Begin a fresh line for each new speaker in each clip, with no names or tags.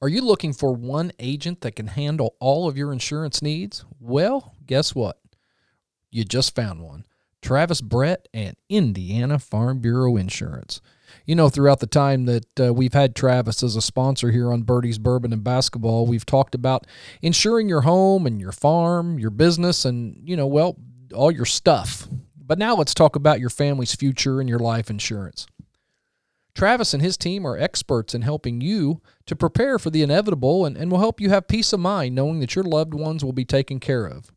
Are you looking for one agent that can handle all of your insurance needs? Well, guess what? You just found one Travis Brett and Indiana Farm Bureau Insurance. You know, throughout the time that uh, we've had Travis as a sponsor here on Birdie's Bourbon and Basketball, we've talked about insuring your home and your farm, your business, and, you know, well, all your stuff. But now let's talk about your family's future and your life insurance. Travis and his team are experts in helping you to prepare for the inevitable and, and will help you have peace of mind knowing that your loved ones will be taken care of.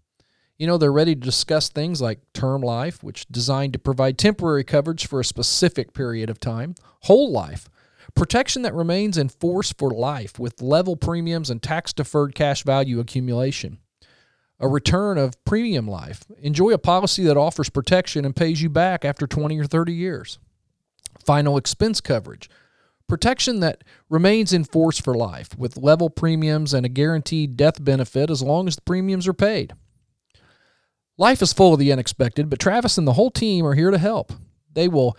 You know, they're ready to discuss things like term life, which is designed to provide temporary coverage for a specific period of time, whole life, protection that remains in force for life with level premiums and tax deferred cash value accumulation a return of premium life. Enjoy a policy that offers protection and pays you back after 20 or 30 years. Final expense coverage. Protection that remains in force for life with level premiums and a guaranteed death benefit as long as the premiums are paid. Life is full of the unexpected, but Travis and the whole team are here to help. They will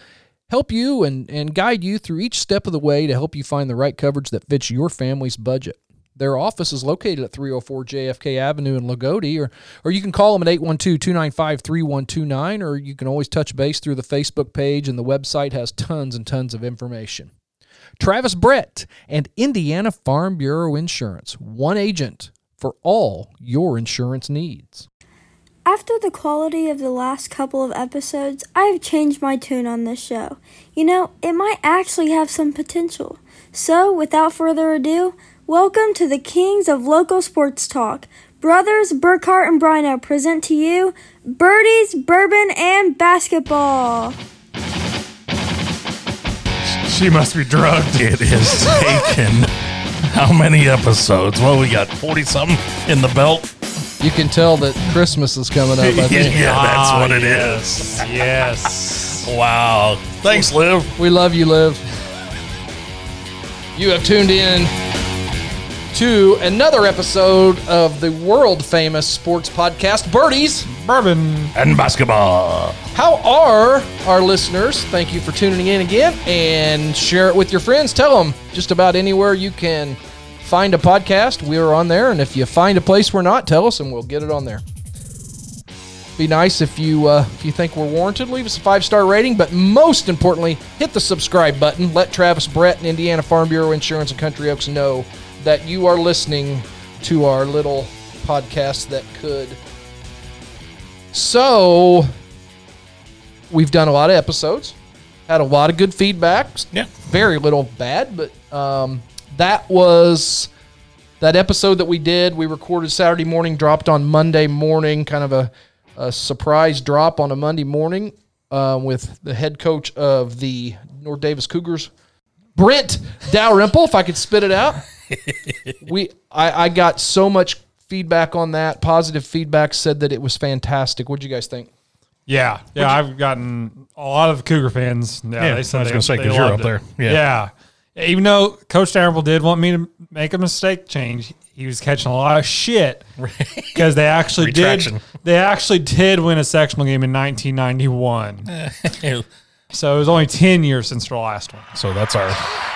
help you and, and guide you through each step of the way to help you find the right coverage that fits your family's budget. Their office is located at 304 JFK Avenue in Lagodi, or, or you can call them at 812-295-3129, or you can always touch base through the Facebook page, and the website has tons and tons of information. Travis Brett and Indiana Farm Bureau Insurance, one agent for all your insurance needs.
After the quality of the last couple of episodes, I have changed my tune on this show. You know, it might actually have some potential. So, without further ado, Welcome to the Kings of Local Sports Talk. Brothers Burkhart and Brino present to you Birdies, Bourbon, and Basketball.
She must be drugged.
It has taken how many episodes? Well, we got 40 something in the belt.
You can tell that Christmas is coming up, I think.
Yeah, that's what it
yes. Yes.
Wow. Thanks, Liv.
We love you, Liv. You have tuned in to another episode of the world famous sports podcast, Birdies.
Bourbon.
And basketball.
How are our listeners? Thank you for tuning in again and share it with your friends. Tell them just about anywhere you can find a podcast, we are on there. And if you find a place we're not, tell us and we'll get it on there. Be nice if you uh, if you think we're warranted, leave us a five star rating. But most importantly, hit the subscribe button. Let Travis Brett and Indiana Farm Bureau Insurance and Country Oaks know that you are listening to our little podcast that could. So, we've done a lot of episodes, had a lot of good feedback.
Yeah.
Very little bad, but um, that was that episode that we did. We recorded Saturday morning, dropped on Monday morning, kind of a, a surprise drop on a Monday morning uh, with the head coach of the North Davis Cougars, Brent Dalrymple. if I could spit it out we I, I got so much feedback on that positive feedback said that it was fantastic what'd you guys think
Yeah. Yeah. I've gotten a lot of Cougar fans. Yeah.
Yeah,
they said
I was
they-
gonna say,
they
'cause you're
loved
up
it.
there.
Yeah. Even though Coach Dalrymple did want me to make a mistake change, he was catching a lot of shit because they actually did.
Retraction.
They actually did win a sectional game in 1991. So it was only 10 years since their last one.
so that's our.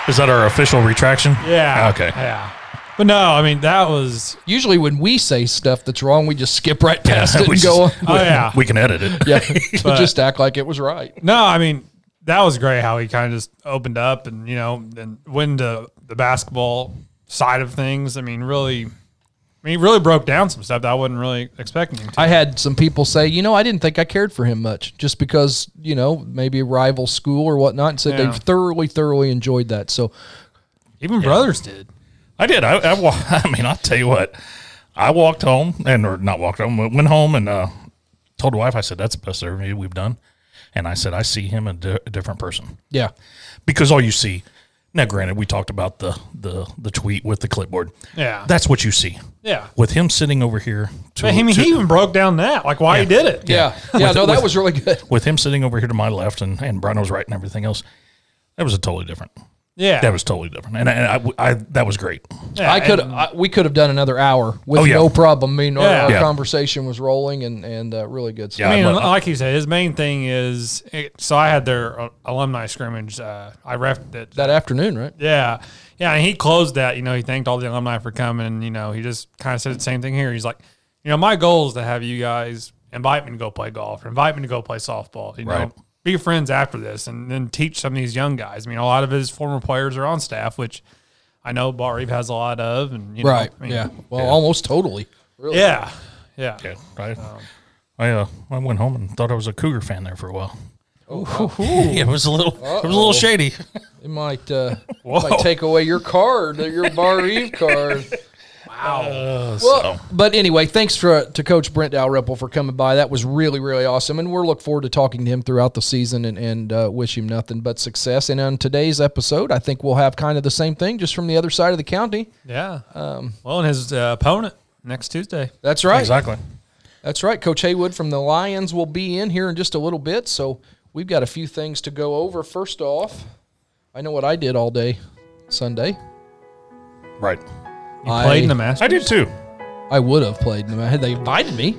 Is that our official retraction?
Yeah.
Okay.
Yeah. But no, I mean that was
usually when we say stuff that's wrong we just skip right past it
we
and
just-
go on
oh yeah.
We can edit it.
yeah just act like it was right
No, I mean that was great how he kind of just opened up and you know and went to the basketball side of things. I mean, really, I mean, he really broke down some stuff that I wasn't really expecting him to.
i had some people say you know i didn't think i cared for him much just because you know maybe a rival school or whatnot and said
Yeah.
they thoroughly thoroughly enjoyed that so
Even brothers did.
I did. I, I, wa- I mean, I'll tell you what. I walked home and or not walked home, but went home and uh, told the wife. I said that's the best interview we've done, and I said I see him a, di- a different person
yeah
because all you see. Now, granted, we talked about the the the tweet with the clipboard.
Yeah.
that's what you see.
Yeah.
with him sitting over here. To,
I mean,
to-
he even broke down that like why he did it.
yeah yeah,
With-
no that
with-
was really good
with him sitting over here to my left and and Bruno's right and everything else. That was a totally different.
Yeah.
That was totally different, and I, and I, I that was great.
Yeah,
I could
and-
I, we could have done another hour with
Oh, yeah.
no problem. I mean, our,
Yeah.
our
Yeah.
conversation was rolling and and uh, really good.
Yeah.
stuff.
I mean,
I'd love-
like you said, his main thing is. It, so I had their uh, alumni scrimmage. Uh, I refed it.
That afternoon, right?
Yeah. Yeah. And he closed that. You know, he thanked all the alumni for coming. And, you know, he just kind of said the same thing here. He's like, you know, my goal is to have you guys invite me to go play golf or invite me to go play softball. You
Right.
know, be friends after this and then teach some of these young guys. I mean, a lot of his former players are on staff, which I know Barib has a lot of. And, you know,
Right.
I mean,
yeah. Well, almost totally. Really.
Yeah. Yeah.
Yeah, I, I, uh, I went home and thought I was a Cougar fan there for a while. it was a little, it was
Uh-oh.
a little shady.
It might uh, might take away your card, uh, your Bar Eve card. Well,
Uh, so
but anyway, thanks for, uh, to Coach Brent Dalrymple for coming by. That was really, really awesome. And we're look forward to talking to him throughout the season and, and uh, wish him nothing but success. And on today's episode, I think we'll have kind of the same thing, just from the other side of the county.
Yeah. Um, well, and his uh, opponent next Tuesday.
That's right.
exactly.
That's right. Coach Haywood from the Lions will be in here in just a little bit. So we've got a few things to go over. First off, I know what I did all day Sunday.
Right.
You
I-
played in the Masters.
I did too.
I would have played. them. Had they invited me,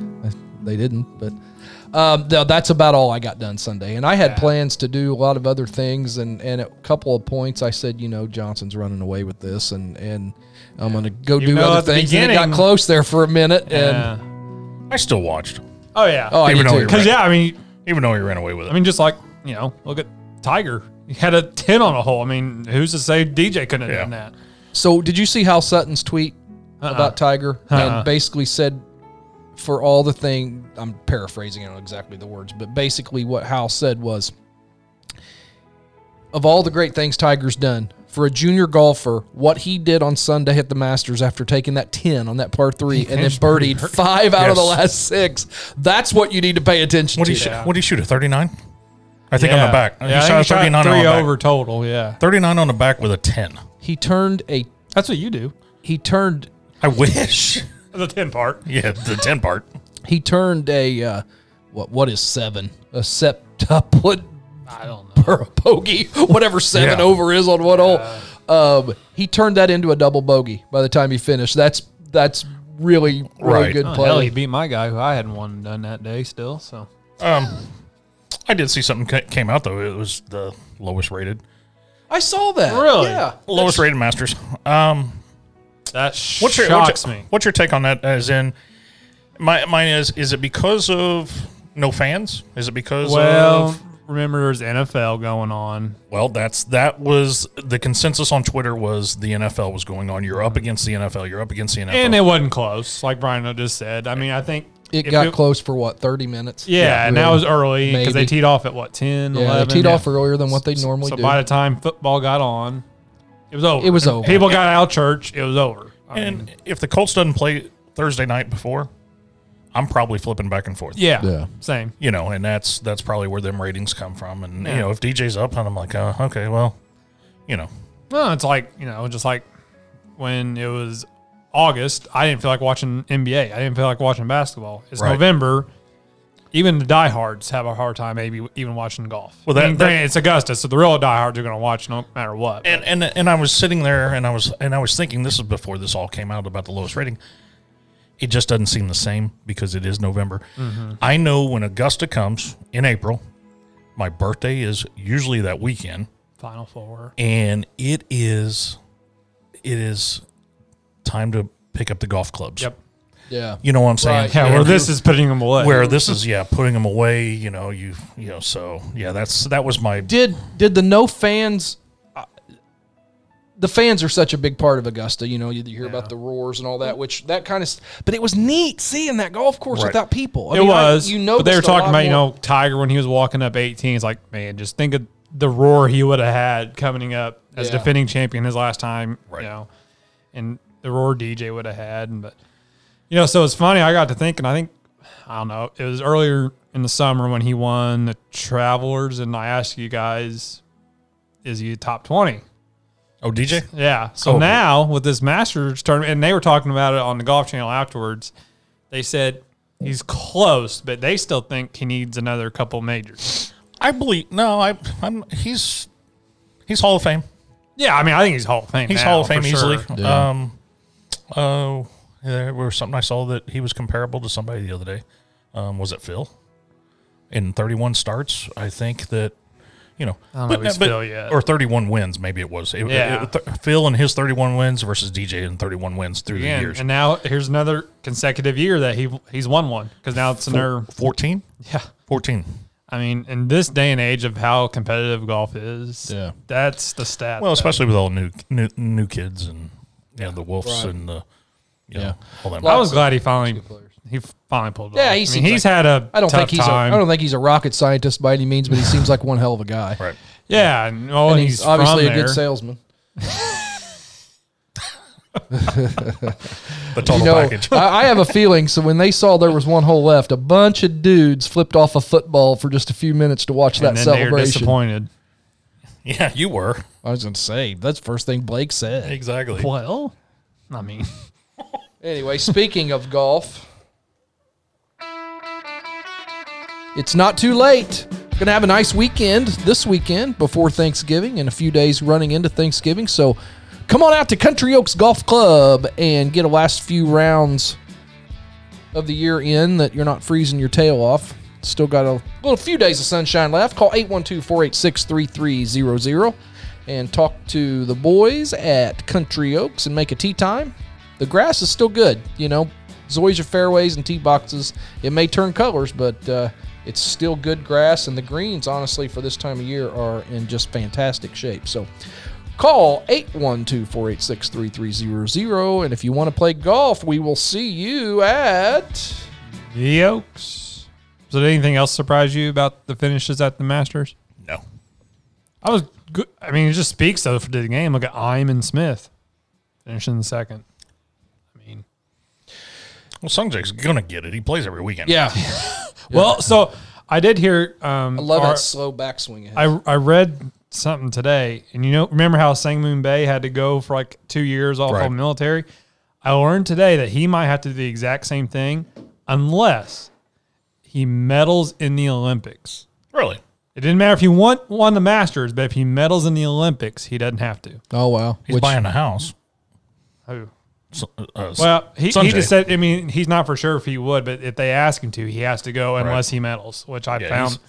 they didn't. But um, no, that's about all I got done Sunday. And I had plans to do a lot of other things. And, and a couple of points, I said, you know, Johnson's running away with this, and and I'm going to go do
know,
other
at the
things. And it got
beginning-
close there for a minute. And
Yeah.
I still watched,
Oh, yeah.
oh, I
Even
did
though
too.
you're
Because, yeah, I mean,
even though he ran away with it.
I mean, just like you know, look at Tiger. He had a ten on a hole. I mean, who's to say DJ couldn't have
Yeah.
done that?
So, did you see Hal Sutton's tweet about Tiger
Uh-uh.
and basically said, for all the thing, I'm paraphrasing, I don't know exactly the words, but basically what Hal said was, of all the great things Tiger's done for a junior golfer, what he did on Sunday at the Masters after taking that 10 on that par three and then
finished birdie
birdied five out of the
Yes.
last six, that's what you need to pay attention
what do
to.
you shoot? What do you shoot? A thirty-nine? I think on the back.
Yeah, I
he
think
shot
he
a thirty-nine on
three
the back.
over total. Yeah,
Thirty-nine on the back with a ten.
He turned a,
that's what you do.
he turned
I wish.
The ten part.
Yeah, the ten part.
he turned a uh, what what is seven a septuplet
I don't know.
or a bogey whatever seven
Yeah.
over is on one hole um, he turned that into a double bogey by the time he finished that's that's really really
Right.
good
Oh,
play
hell, you beat my guy who I hadn't won done that day still. So
Um, I did see something ca- came out though. It was the lowest rated,
I saw that
Really?
yeah
lowest rated Masters. Um,
that
What's your,
shocks
what's your,
me.
What's your take on that? As in, my mine is is it because of no fans? Is it because
Well,
of
remember there's NFL going on.
well? That's that was the consensus on Twitter was the NFL was going on. You're up against the NFL. You're up against the NFL.
And it wasn't close, like Brian just said. I mean, I think
it
if
got close for what 30 minutes
Yeah, and that
really.
was early because they
Maybe.
teed off at what 10,
yeah,
11?
they teed off earlier than what they normally
so
do
by the time football got on, it was over.
It was
And
over.
People got out of church. It was over. I mean,
And if the Colts doesn't play Thursday night before, I'm probably flipping back and forth.
yeah,
Yeah.
same.
You know, and that's that's probably where them ratings come from. And you know, if DJ's up, and I'm like, uh, okay, well, you know,
No, it's like you know, just like when it was August, I didn't feel like watching NBA. I didn't feel like watching basketball. It's
Right.
November. Even the diehards have a hard time, maybe even watching golf.
Well, that-
I mean, granted, it's Augusta, so the real diehards are going to watch no matter what.
and and and I was sitting there and I was and I was thinking this is before this all came out about the lowest rating. It just doesn't seem the same because it is November. I know when Augusta comes in April, my birthday is usually that weekend,
Final four.
and it is it is time to pick up the golf clubs.
Yep.
yeah
You know what I'm saying?
Right.
Yeah, where
And
this is putting them away.
where this is yeah, putting them away, you know, you you know, so yeah, that's that was my
did did the no fans uh, the fans are such a big part of Augusta, you know. You hear about the roars and all that, which that kind of. st- But it was neat seeing that golf course
Right.
without people. I
it
mean, I-
was.
you know,
but they were talking about you know Tiger when he was walking up 18. It's like man, just think of the roar he would have had coming up as
Yeah.
defending champion his last time.
Right.
You know, and the roar DJ would have had. And but you know, so it's funny. I got to thinking. I think I don't know. It was earlier in the summer when he won the Travelers, and I asked you guys, is he top 20?
Oh, DJ?
Yeah. So
Oh.
now with this Masters tournament, and they were talking about it on the Golf Channel afterwards. They said he's close, but they still think he needs another couple majors.
I believe no, I I'm he's he's Hall of Fame.
Yeah, I mean, I think he's Hall of Fame.
He's
now,
Hall of Fame
for
easily.
sure.
Yeah.
Um, oh, there was something I saw that he was comparable to somebody the other day. Um, was it Phil? In 31 starts, I think that you know,
I don't know if he's Phil yet.
or 31 wins, maybe it was. It- it-
Yeah.
it- th- Phil and his 31 wins versus DJ and 31 wins through the
Again,
years.
and now here's another consecutive year that he he's won one because now it's another.
14,
Yeah,
14.
I mean, in this day and age of how competitive golf is,
Yeah.
that's the stat.
Well,
that-
especially with all new new, new kids and you know, the Wolfs and the you know,
Yeah.
all that.
I was glad he finally he finally pulled. It
Yeah,
off.
he
I mean,
seems
he's
like-
had a.
I don't
tough
think he's. A,
Time.
I don't think he's a rocket scientist by any means, but he seems like one hell of a guy.
right.
yeah, and, well,
And
and
he's,
he's,
obviously
from
a good
there.
salesman.
The total
you know,
package.
I, I have a feeling. So when they saw there was one hole left, a bunch of dudes flipped off a football for just a few minutes to watch
and
that
then They're
celebration.
disappointed.
yeah, you were.
I was going to say that's the first thing Blake said.
Exactly.
Well, I mean,
Anyway, speaking of golf, it's not too late. Going to have a nice weekend this weekend before Thanksgiving and a few days running into Thanksgiving. So come on out to Country Oaks Golf Club and get a last few rounds of the year in that you're not freezing your tail off. Still got a little few days of sunshine left. Call 812-486-3300 and talk to the boys at Country Oaks and make a tea time. The grass is still good, you know. It's always your fairways and tee boxes. It may turn colors, but uh, it's still good grass, and the greens, honestly, for this time of year, are in just fantastic shape. So call 812 486 3300. And if you want to play golf, we will see you at.
the Oaks. So, did anything else surprise you about the finishes at the Masters?
No.
I was good. I mean, it just speaks though for the game. Look at Iman Smith finishing second. I mean,
Well, Sungjake's gonna get it. He plays every weekend.
Yeah.
well, so I did hear. Um,
I love
our-
that slow backswing. it has.
I I read something today, and you know, remember how Sangmoon Bay had to go for like two years off
Right.
of military? I learned today that he might have to do the exact same thing, unless he medals in the Olympics.
Really?
It didn't matter if he won won the Masters, but if he medals in the Olympics, he doesn't have to.
oh, wow.
He's buying a house.
Who?
So- uh, uh,
Well, he, he
Sanjay.
just said. I mean, he's not for sure if he would, but if they ask him to, he has to go unless he medals, which I
Yeah,
found
he's-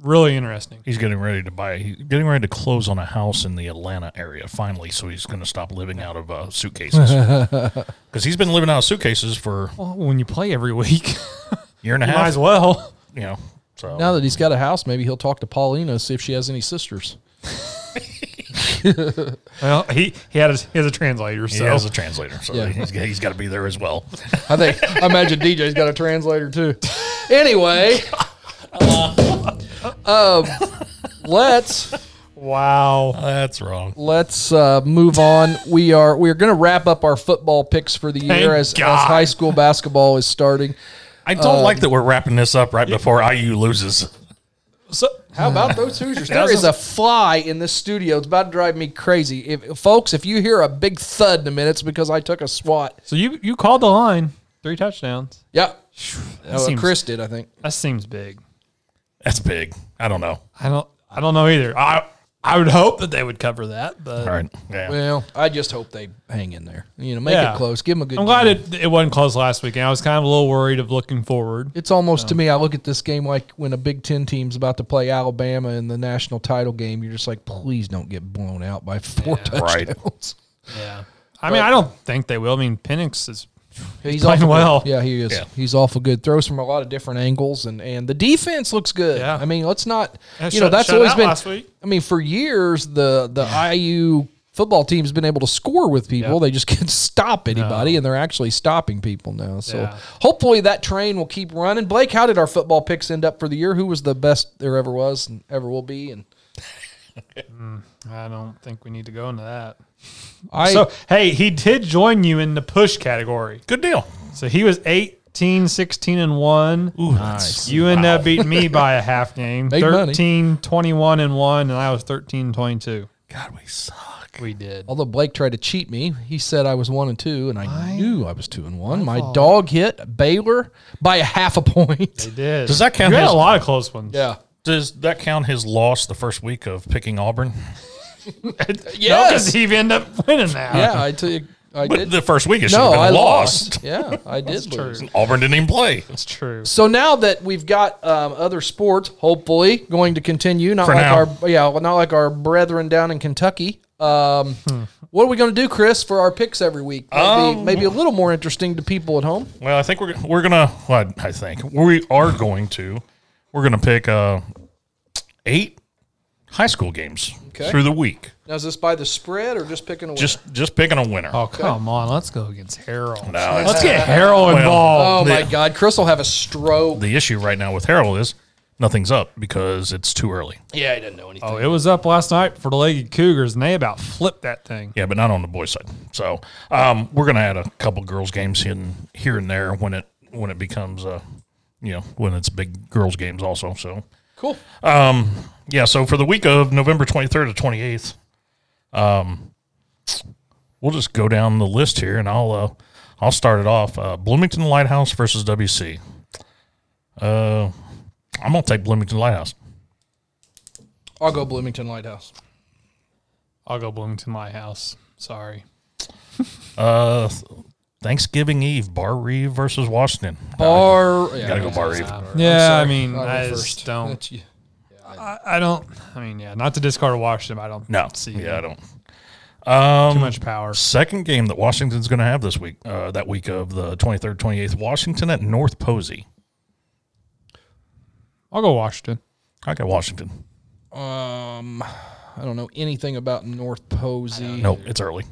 really interesting.
he's getting ready to buy. He's getting ready to close on a house in the Atlanta area finally. So he's gonna stop living out of uh, suitcases because he's been living out of suitcases for a
Well, when you play every week, you
year and a
might
half.
as well.
You know. So
Now that he's got a house, maybe he'll talk to Paulina, see if she has any sisters.
Well, he he had a, he has a translator, so
he has a translator, so
Yeah.
he's, he's got to be there as well.
I think I imagine DJ's got a translator too. Anyway, um, let's
wow.
That's wrong.
let's uh, move on. We are we are going to wrap up our football picks for the
Thank
year as, as
God.
high school basketball is starting.
I don't
Um,
like that we're wrapping this up right before IU loses.
So
How about those Hoosiers? There is a fly in this studio. It's about to drive me crazy. If folks, if you hear a big thud in a minute, it's because I took a SWAT.
so you you called the line three touchdowns.
Yeah, Oh,
seems-
Chris did. I think.
That seems big.
That's big. I don't know.
I don't I don't know either. I I would hope that they would cover that, but
All right. Yeah.
Well, I just hope they hang in there. You know, make
Yeah.
it close. Give them a good.
I'm glad
game.
it, it wasn't close last week. And I was kind of a little worried of looking forward.
It's almost to me. I look at this game like when a Big Ten team's about to play Alabama in the national title game. You're just like, please don't get blown out by four
Right.
touchdowns.
Yeah. I mean, I don't think they will. I mean, Penix is
He's
playing
awful good.
well.
Yeah, he is.
Yeah.
He's awful good. Throws from a lot of different angles, and and the defense looks good.
Yeah.
I mean, let's not.
Yeah,
you know,
shut-
that's
shut
always
out
been.
last week.
I mean, for years the the IU football team's been able to score with people.
Yeah.
They just can't stop anybody, and they're actually stopping people now. So
Yeah.
hopefully that train will keep running. Blake, how did our football picks end up for the year? Who was the best there ever was and ever will be? And
I don't think we need to go into that.
I
so, hey, he did join you in the push category.
Good deal.
So he was 18, 16, and 1.
Ooh, nice.
You end up beating me by a half game.
Made money.
13, 21, and 1, and I was 13, 22.
God, we suck.
We did.
Although Blake tried to cheat me, he said I was one and two, and I, knew I was two and one. My dog hit Baylor by a half a point.
They did.
Does that count
You had
as-
a lot of close ones.
Yeah,
Does that count his loss the first week of picking Auburn?
No,
Yes.
because he'd end up winning that.
Yeah, I took. I
But
did.
the first week it should
no,
have been
I
a
lost.
lost.
Yeah, I did lose.
Auburn didn't even play.
It's true.
So now that we've got um, other sports, hopefully going to continue, not
For
like
now.
our yeah, well, not like our brethren down in Kentucky. Um, What are we going to do, Chris, for our picks every week? Maybe,
Um,
maybe a little more interesting to people at home.
Well, I think we're we're gonna. Well, I think we are going to. We're gonna pick uh, eight high school games
Okay.
through the week.
Now, is this by the spread or just picking a winner?
Just just picking a winner.
Oh come on, let's go against Harold.
No, it's-
let's get Harold
Well,
involved.
oh my God, Chris will have a stroke.
The issue right now with Harold is nothing's up because it's too early.
yeah, he doesn't know anything.
Oh, it was up last night for the Legged Cougars, and they about flipped that thing.
Yeah, but not on the boys' side. So um, we're gonna add a couple girls' games in here and there when it when it becomes uh, you know when it's big girls' games also. So
Cool.
Yeah, so for the week of November 23rd to 28th, um, we'll just go down the list here, and I'll uh, I'll start it off. Uh, Bloomington Lighthouse versus WC. Uh, I'm gonna take Bloomington Lighthouse.
I'll go Bloomington Lighthouse.
I'll go Bloomington Lighthouse. Sorry.
Uh, Thanksgiving Eve, Bar Reeve versus Washington.
Bar. Yeah,
Gotta go Bar Reeve.
Yeah, I
sorry.
mean,
I'll go
I
first.
just don't.
That's you.
I, I don't. I mean, yeah, not to discard Washington. but I don't.
No,
see.
yeah, I don't.
too much power.
Second game that Washington's gonna have this week, uh, that week of the 23rd, 28th, Washington at North Posey.
I'll go Washington.
I got Washington.
Um, I don't know anything about North Posey,
No, it's early.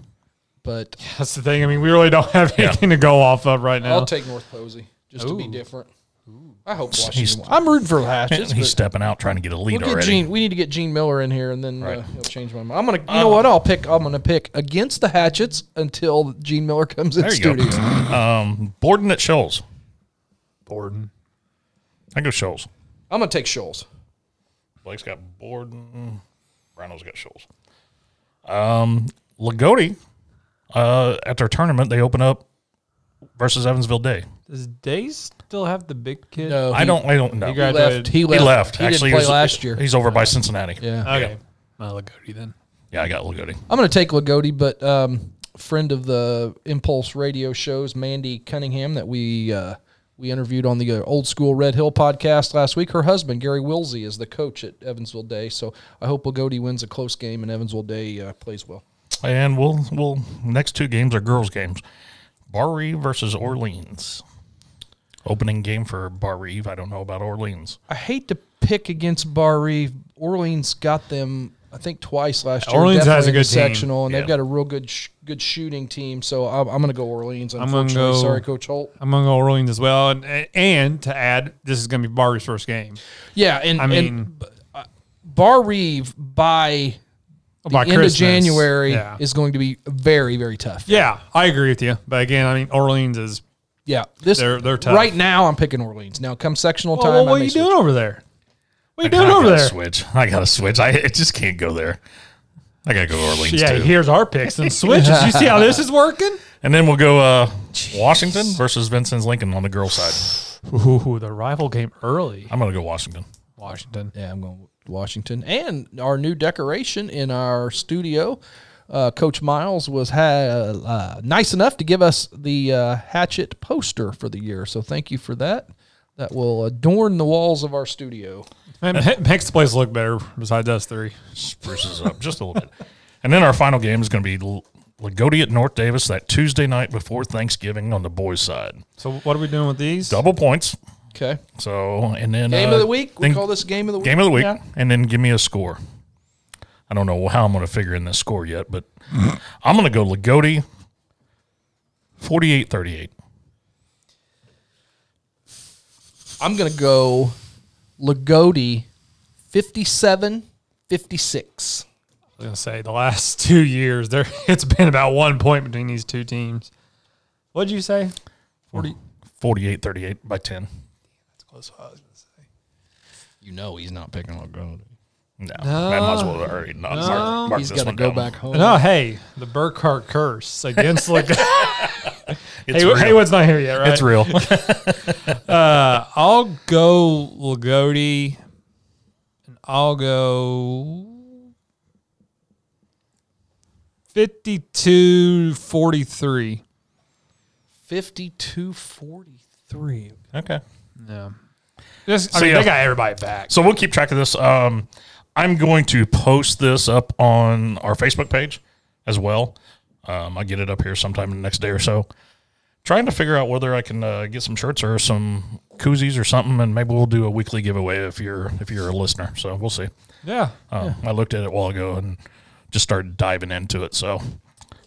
but
That's the thing. I mean, we really don't have anything to go off of right now.
I'll take North Posey just to be
Ooh.
different. I hope
He's-
Washington. wins. I'm rooting for Hatches.
He's stepping out trying to get a
we'll
lead
get
already.
Gene. We need to get Gene Miller in here, and then uh, he'll change my mind. I'm gonna. You know what? I'll pick. I'm gonna pick against the Hatchets until Gene Miller comes in
There you
studio.
go. Um, Borden at Shoals.
Borden.
I go Shoals.
I'm gonna take Shoals.
Blake's got Borden. Brino's got Shoals. Um, Lagodi, uh, at their tournament, they open up versus Evansville Day.
Does Days still have the big kid?
No,
I don't. I don't know.
He
He,
He
graduated.
left. He left.
left.
He
Actually,
didn't play
he's-
last year.
He's over by Cincinnati.
yeah.
Okay. Well, Lagodi then.
Yeah, I got Lagodi.
I'm going to take Lagodi, but um, friend of the Impulse Radio shows, Mandy Cunningham, that we uh, we interviewed on the uh, Old School Red Hill podcast last week. Her husband Gary Wilsey is the coach at Evansville Day, so I hope Lagodi wins a close game and Evansville Day uh, plays well.
And we'll we'll next two games are girls' games. Bar Reeve versus Orleans. Opening game for Bar Reeve. I don't know about Orleans.
I hate to pick against Bar Reeve. Orleans got them, I think, twice last year.
Orleans
definitely in
has a
the
good team.
sectional, and
Yeah.
they've got a real good sh- good shooting team. So I'm, I'm going to go Orleans.
gonna
Unfortunately,
go-
sorry, Coach Holt.
I'm going to go Orleans as well. And, and to add, this is going to be Barry's first game.
Yeah, and
I
and uh,
mean,
Bar Reeve by the
by
end
Christmas.
of January
Yeah.
is going to be very, very tough.
yeah, I agree with you. But again, I mean, Orleans is.
Yeah, this
They're- they're tough.
Right now, I'm picking Orleans. Now, come sectional
Well,
time,
well,
I
what are
may
you
switch.
doing over there? What are you
I
doing
gotta
over there?
Switch. I gotta switch. I it just can't go there. I gotta go to Orleans
Yeah,
too.
here's our picks and switches. You see how this is working?
And then we'll go uh, Washington versus Vincent's Lincoln on the girls' side.
Ooh, the rival game early.
I'm gonna go Washington.
Washington.
Yeah, I'm going with Washington, and our new decoration in our studio. Uh, Coach Miles was ha- uh, nice enough to give us the uh, hatchet poster for the year, so thank you for that. That will adorn the walls of our studio.
It makes the place look better besides us three.
Spruces up just a little bit. And then our final game is gonna be L- Lagodi at North Davis that Tuesday night before Thanksgiving on the boys' side.
So what are we doing with these?
Double points.
Okay,
So and then
game
uh,
of the week. We
think-
call this game of the week.
game of the week,
Yeah.
and then give me a score. I don't know how I'm gonna figure in this score yet, but I'm gonna go Lagodi. 48-38.
I'm going to go Lagodi 57 56.
I was gonna say the last two years there it's been about one point between these two teams. What'd you say?
48-38 by 10.
You know he's not picking Lagodi.
No, I might as well already not mark, mark
He's
this
got to
one
go
down.
back home.
No, hey, the Burkhart curse against like
It's
hey,
real.
Haywood's not here yet, right?
It's real.
Uh, I'll go Lagodi, and I'll go 52 43.
52 43.
Okay.
Yeah. Just, I
So,
mean,
yeah.
they got everybody back.
So we'll keep track of this. Um, I'm going to post this up on our Facebook page as well. Um, I'll get it up here sometime in the next day or so. Trying to figure out whether I can uh, get some shirts or some koozies or something, and maybe we'll do a weekly giveaway if you're if you're a listener. So we'll see.
Yeah.
Um, I looked at it a while ago and just started diving into it. So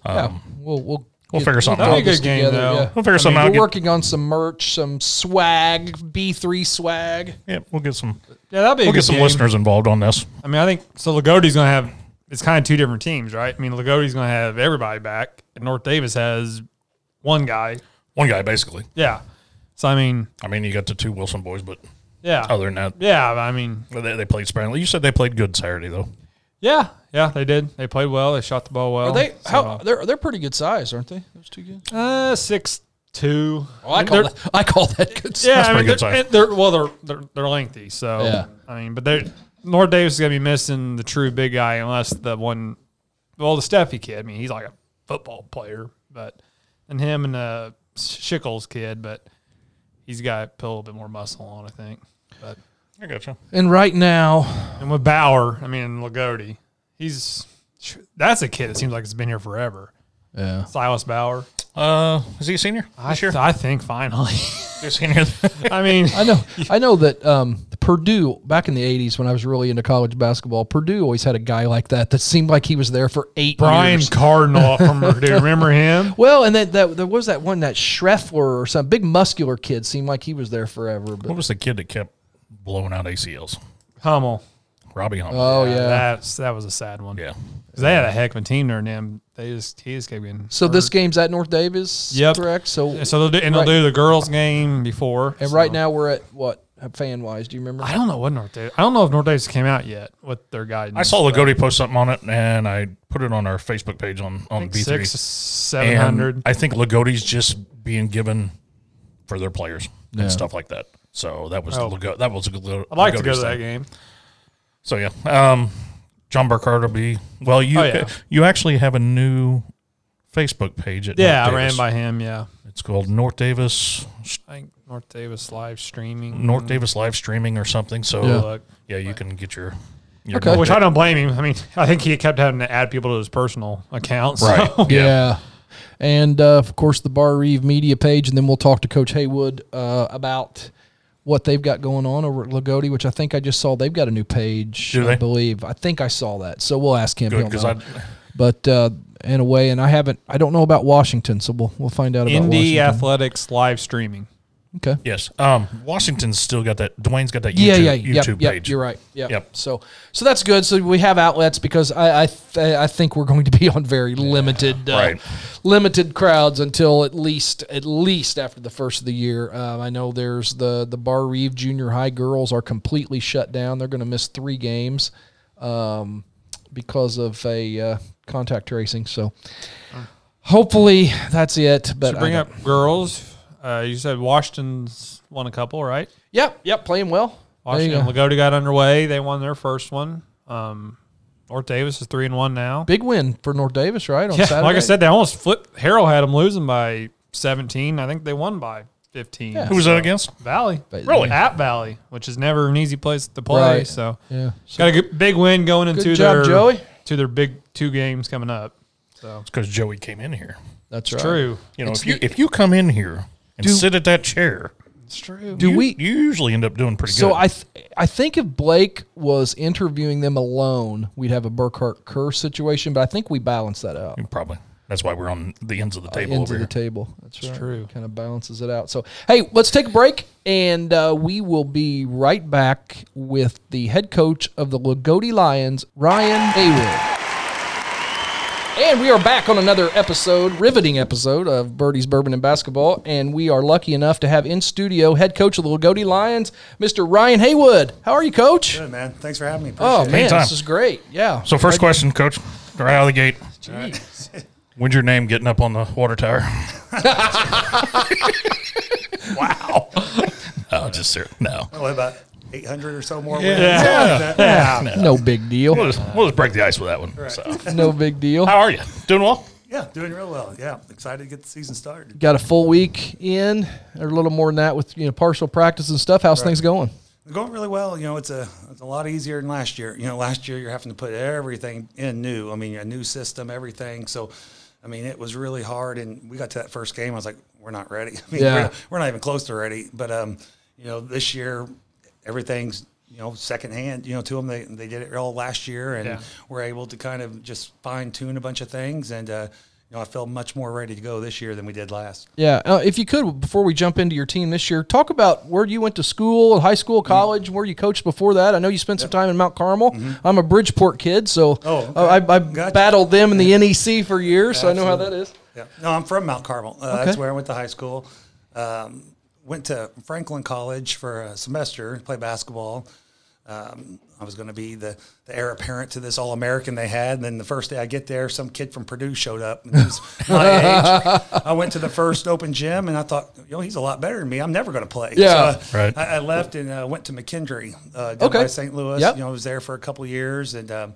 yeah. We'll, we'll,
Um, we'll figure something
all
out.
That'd be a
this
good game, though.
we'll figure something
We're
out. Get,
working on some merch, some swag, B3 swag.
yeah, we'll get some
Yeah, that'd be a
we'll
good
get some
game.
listeners involved on this.
I mean, I think so. Lagodi's going to have it's kind of two different teams, right? I mean, Lagodi's going to have everybody back, and North Davis has one guy.
One guy basically.
Yeah. So I mean,
I mean, you got the two Wilson boys, but
yeah,
other than that,
yeah. I mean,
They, they played sparingly. You said they played good Saturday though.
yeah, yeah. They did. They played well. They shot the ball well.
Are they
Oh,
So,
how they're they're pretty good size, aren't they? Those two guys.
uh, six two?
Oh, I call that I call that good size.
Yeah, I mean,
pretty good
they're,
size.
they're well, they're they're, they're lengthy. So
Yeah.
I mean, but they're North Davis is going to be missing the true big guy unless the one, well, the Steffi kid. I mean, he's like a football player, but and him and uh Shickles kid, but he's got to put a little bit more muscle on, I think. But
I gotcha.
And right now,
and with Bauer, I mean Lagodi, he's that's a kid. It seems like it's been here forever.
yeah,
Silas Bauer.
Uh, is he a senior?
I, I think finally.
Is he a senior?
I mean,
I know I know that um, Purdue back in the '80s when I was really into college basketball, Purdue always had a guy like that that seemed like he was there for eight
Brian
years.
Cardinal from Purdue. Remember him?
Well, and that, that there was that one that Schreffler or some big muscular kid seemed like he was there forever.
what
But
was the kid that kept blowing out ACLs?
Hummel.
Robbie Hummel.
Uh,
oh yeah,
That's that was a sad one.
yeah.
'Cause they had a heck of a team during them. They just he just kept getting.
so this game's at North Davis,
Yep.
correct? So
So they'll do, and they'll
Right.
do the girls game before.
and right now we're at what fan wise? Do you remember?
I don't know what North Davis. I don't know if North Davis came out yet with their guidance.
I saw Lagodi post something on it, and I put it on our Facebook page on on B three.
six seven
And
hundred.
I think Lagodi's just being given for their players
Yeah.
and stuff like that. So that was
Oh.
the Lago- that was a good. Lago-
I'd like to go
Lagodi's
to that
thing.
game.
So yeah, um, John Burkhardt will be well. You
Oh, yeah.
you actually have a new Facebook page at
Yeah,
North
I ran
Davis.
by him. Yeah,
It's called North Davis
I think North Davis live streaming.
North Davis live streaming or something. So
Yeah.
yeah,
Look.
you can get your, your
Okay.
Which I don't blame him. I mean, I think he kept having to add people to his personal accounts.
right.
Yeah. And uh, of course, the Bar Reeve media page. And then we'll talk to Coach Haywood uh, about what they've got going on over at Lagodi, which I think I just saw. They've got a new page,
Do
I
they?
believe. I think I saw that. So we'll ask him.
Good,
He'll
'cause
know.
I'd-
But uh, in a way, and I haven't, I don't know about Washington. So we'll, we'll find out about
Indy
Washington.
Athletics live streaming.
Okay.
Yes. Um, Washington's still got that. Dwayne's got that YouTube,
yeah, yeah, yep,
YouTube
yep,
page.
You're right. Yeah.
Yep.
So, so that's good. So we have outlets because I, I, th- I think we're going to be on very limited, uh,
right.
limited crowds until at least, at least after the first of the year. Um, I know there's the the Bar Reeve Junior High girls are completely shut down. They're going to miss three games, um, because of a uh, contact tracing. So. Hopefully that's it. But
To bring
I don't-
up girls, uh, you said Washington's won a couple, right?
yep, yep, playing well. There you
Washington
go.
Lagoda got underway. They won their first one. Um, North Davis is three and one now.
Big win for North Davis, right? On
yeah,
Saturday.
like I said, they almost flipped. Harrell had them losing by seventeen. I think they won by fifteen.
Yeah.
Who was that against?
Valley?
But-
Really?
At Valley, which is never an easy place to play.
Right.
So
yeah.
got a good, big win going into
job,
their
Joey.
to their big two games coming up. So
It's because Joey came in here.
That's
it's
right.
true.
You know,
It's
if you
the-
if you come in here and
Do-
sit at that chair,
It's true.
Do
you,
we?
you usually end up doing pretty
So
good.
I, th- I think if Blake was interviewing them alone, we'd have a Burkhart Kerr situation. But I think we balance that out.
probably that's why we're on the ends of the table
Into
over
Uh, the
here.
table. That's right.
true.
Kind of balances it out. So hey, let's take a break, and uh, we will be right back with the head coach of the Lagodi Lions, Ryan Haywood. And we are back on another episode, riveting episode of Birdie's Bourbon and Basketball. And we are lucky enough to have in studio head coach of the Lagodi Lions, Mr. Ryan Haywood. How are you, coach?
Good man, thanks for having me. Appreciate
Oh,
it.
man, this
Anytime.
is great. Yeah.
so first question, coach, right out of the gate. When's your name getting up on the water tower? wow. No, just ser- no.
Probably about 800 or so more.
Yeah.
wins, something like that.
Yeah.
No big
We'll
deal.
just, we'll just break the ice with that one. So.
No big deal.
How are you? Doing well?
Yeah, doing real well. Yeah, excited to get the season started.
Got a full week in, or a little more than that, with you know partial practice and stuff. How's things going?
They're going really well. You know, it's a it's a lot easier than last year. You know, last year you're having to put everything in new. I mean, a new system, everything. So, I mean, it was really hard. And we got to that first game. I was like, we're not ready. I mean,
Yeah.
we're, not, we're not even close to ready. But um, you know, this year everything's you know secondhand. You know, to them they they did it all last year, and
Yeah.
we're able to kind of just fine tune a bunch of things. And uh, you know, I feel much more ready to go this year than we did last.
Yeah. Uh, if you could, before we jump into your team this year, talk about where you went to school, high school,
Mm-hmm.
college, where you coached before that. I know you spent some time in Mount Carmel. I'm a Bridgeport kid, so
Mm-hmm. Oh,
uh, I, I
Gotcha.
battled them in the NEC for years, so I know how that
Absolutely.
is.
Yeah. No, I'm from Mount Carmel. Uh, That's
Okay.
where I went to high school. Um, went to Franklin College for a semester, play basketball. Um, I was going to be the, the heir apparent to this All American they had. And then the first day I get there, some kid from Purdue showed up. And he was my age. I went to the first open gym and I thought, you know, he's a lot better than me. I'm never going to play.
Yeah.
I-
Right.
I, I left and uh, went to McKendree, uh, down
Okay.
by St. Louis.
Yep.
You know, I was there for a couple of years and, um,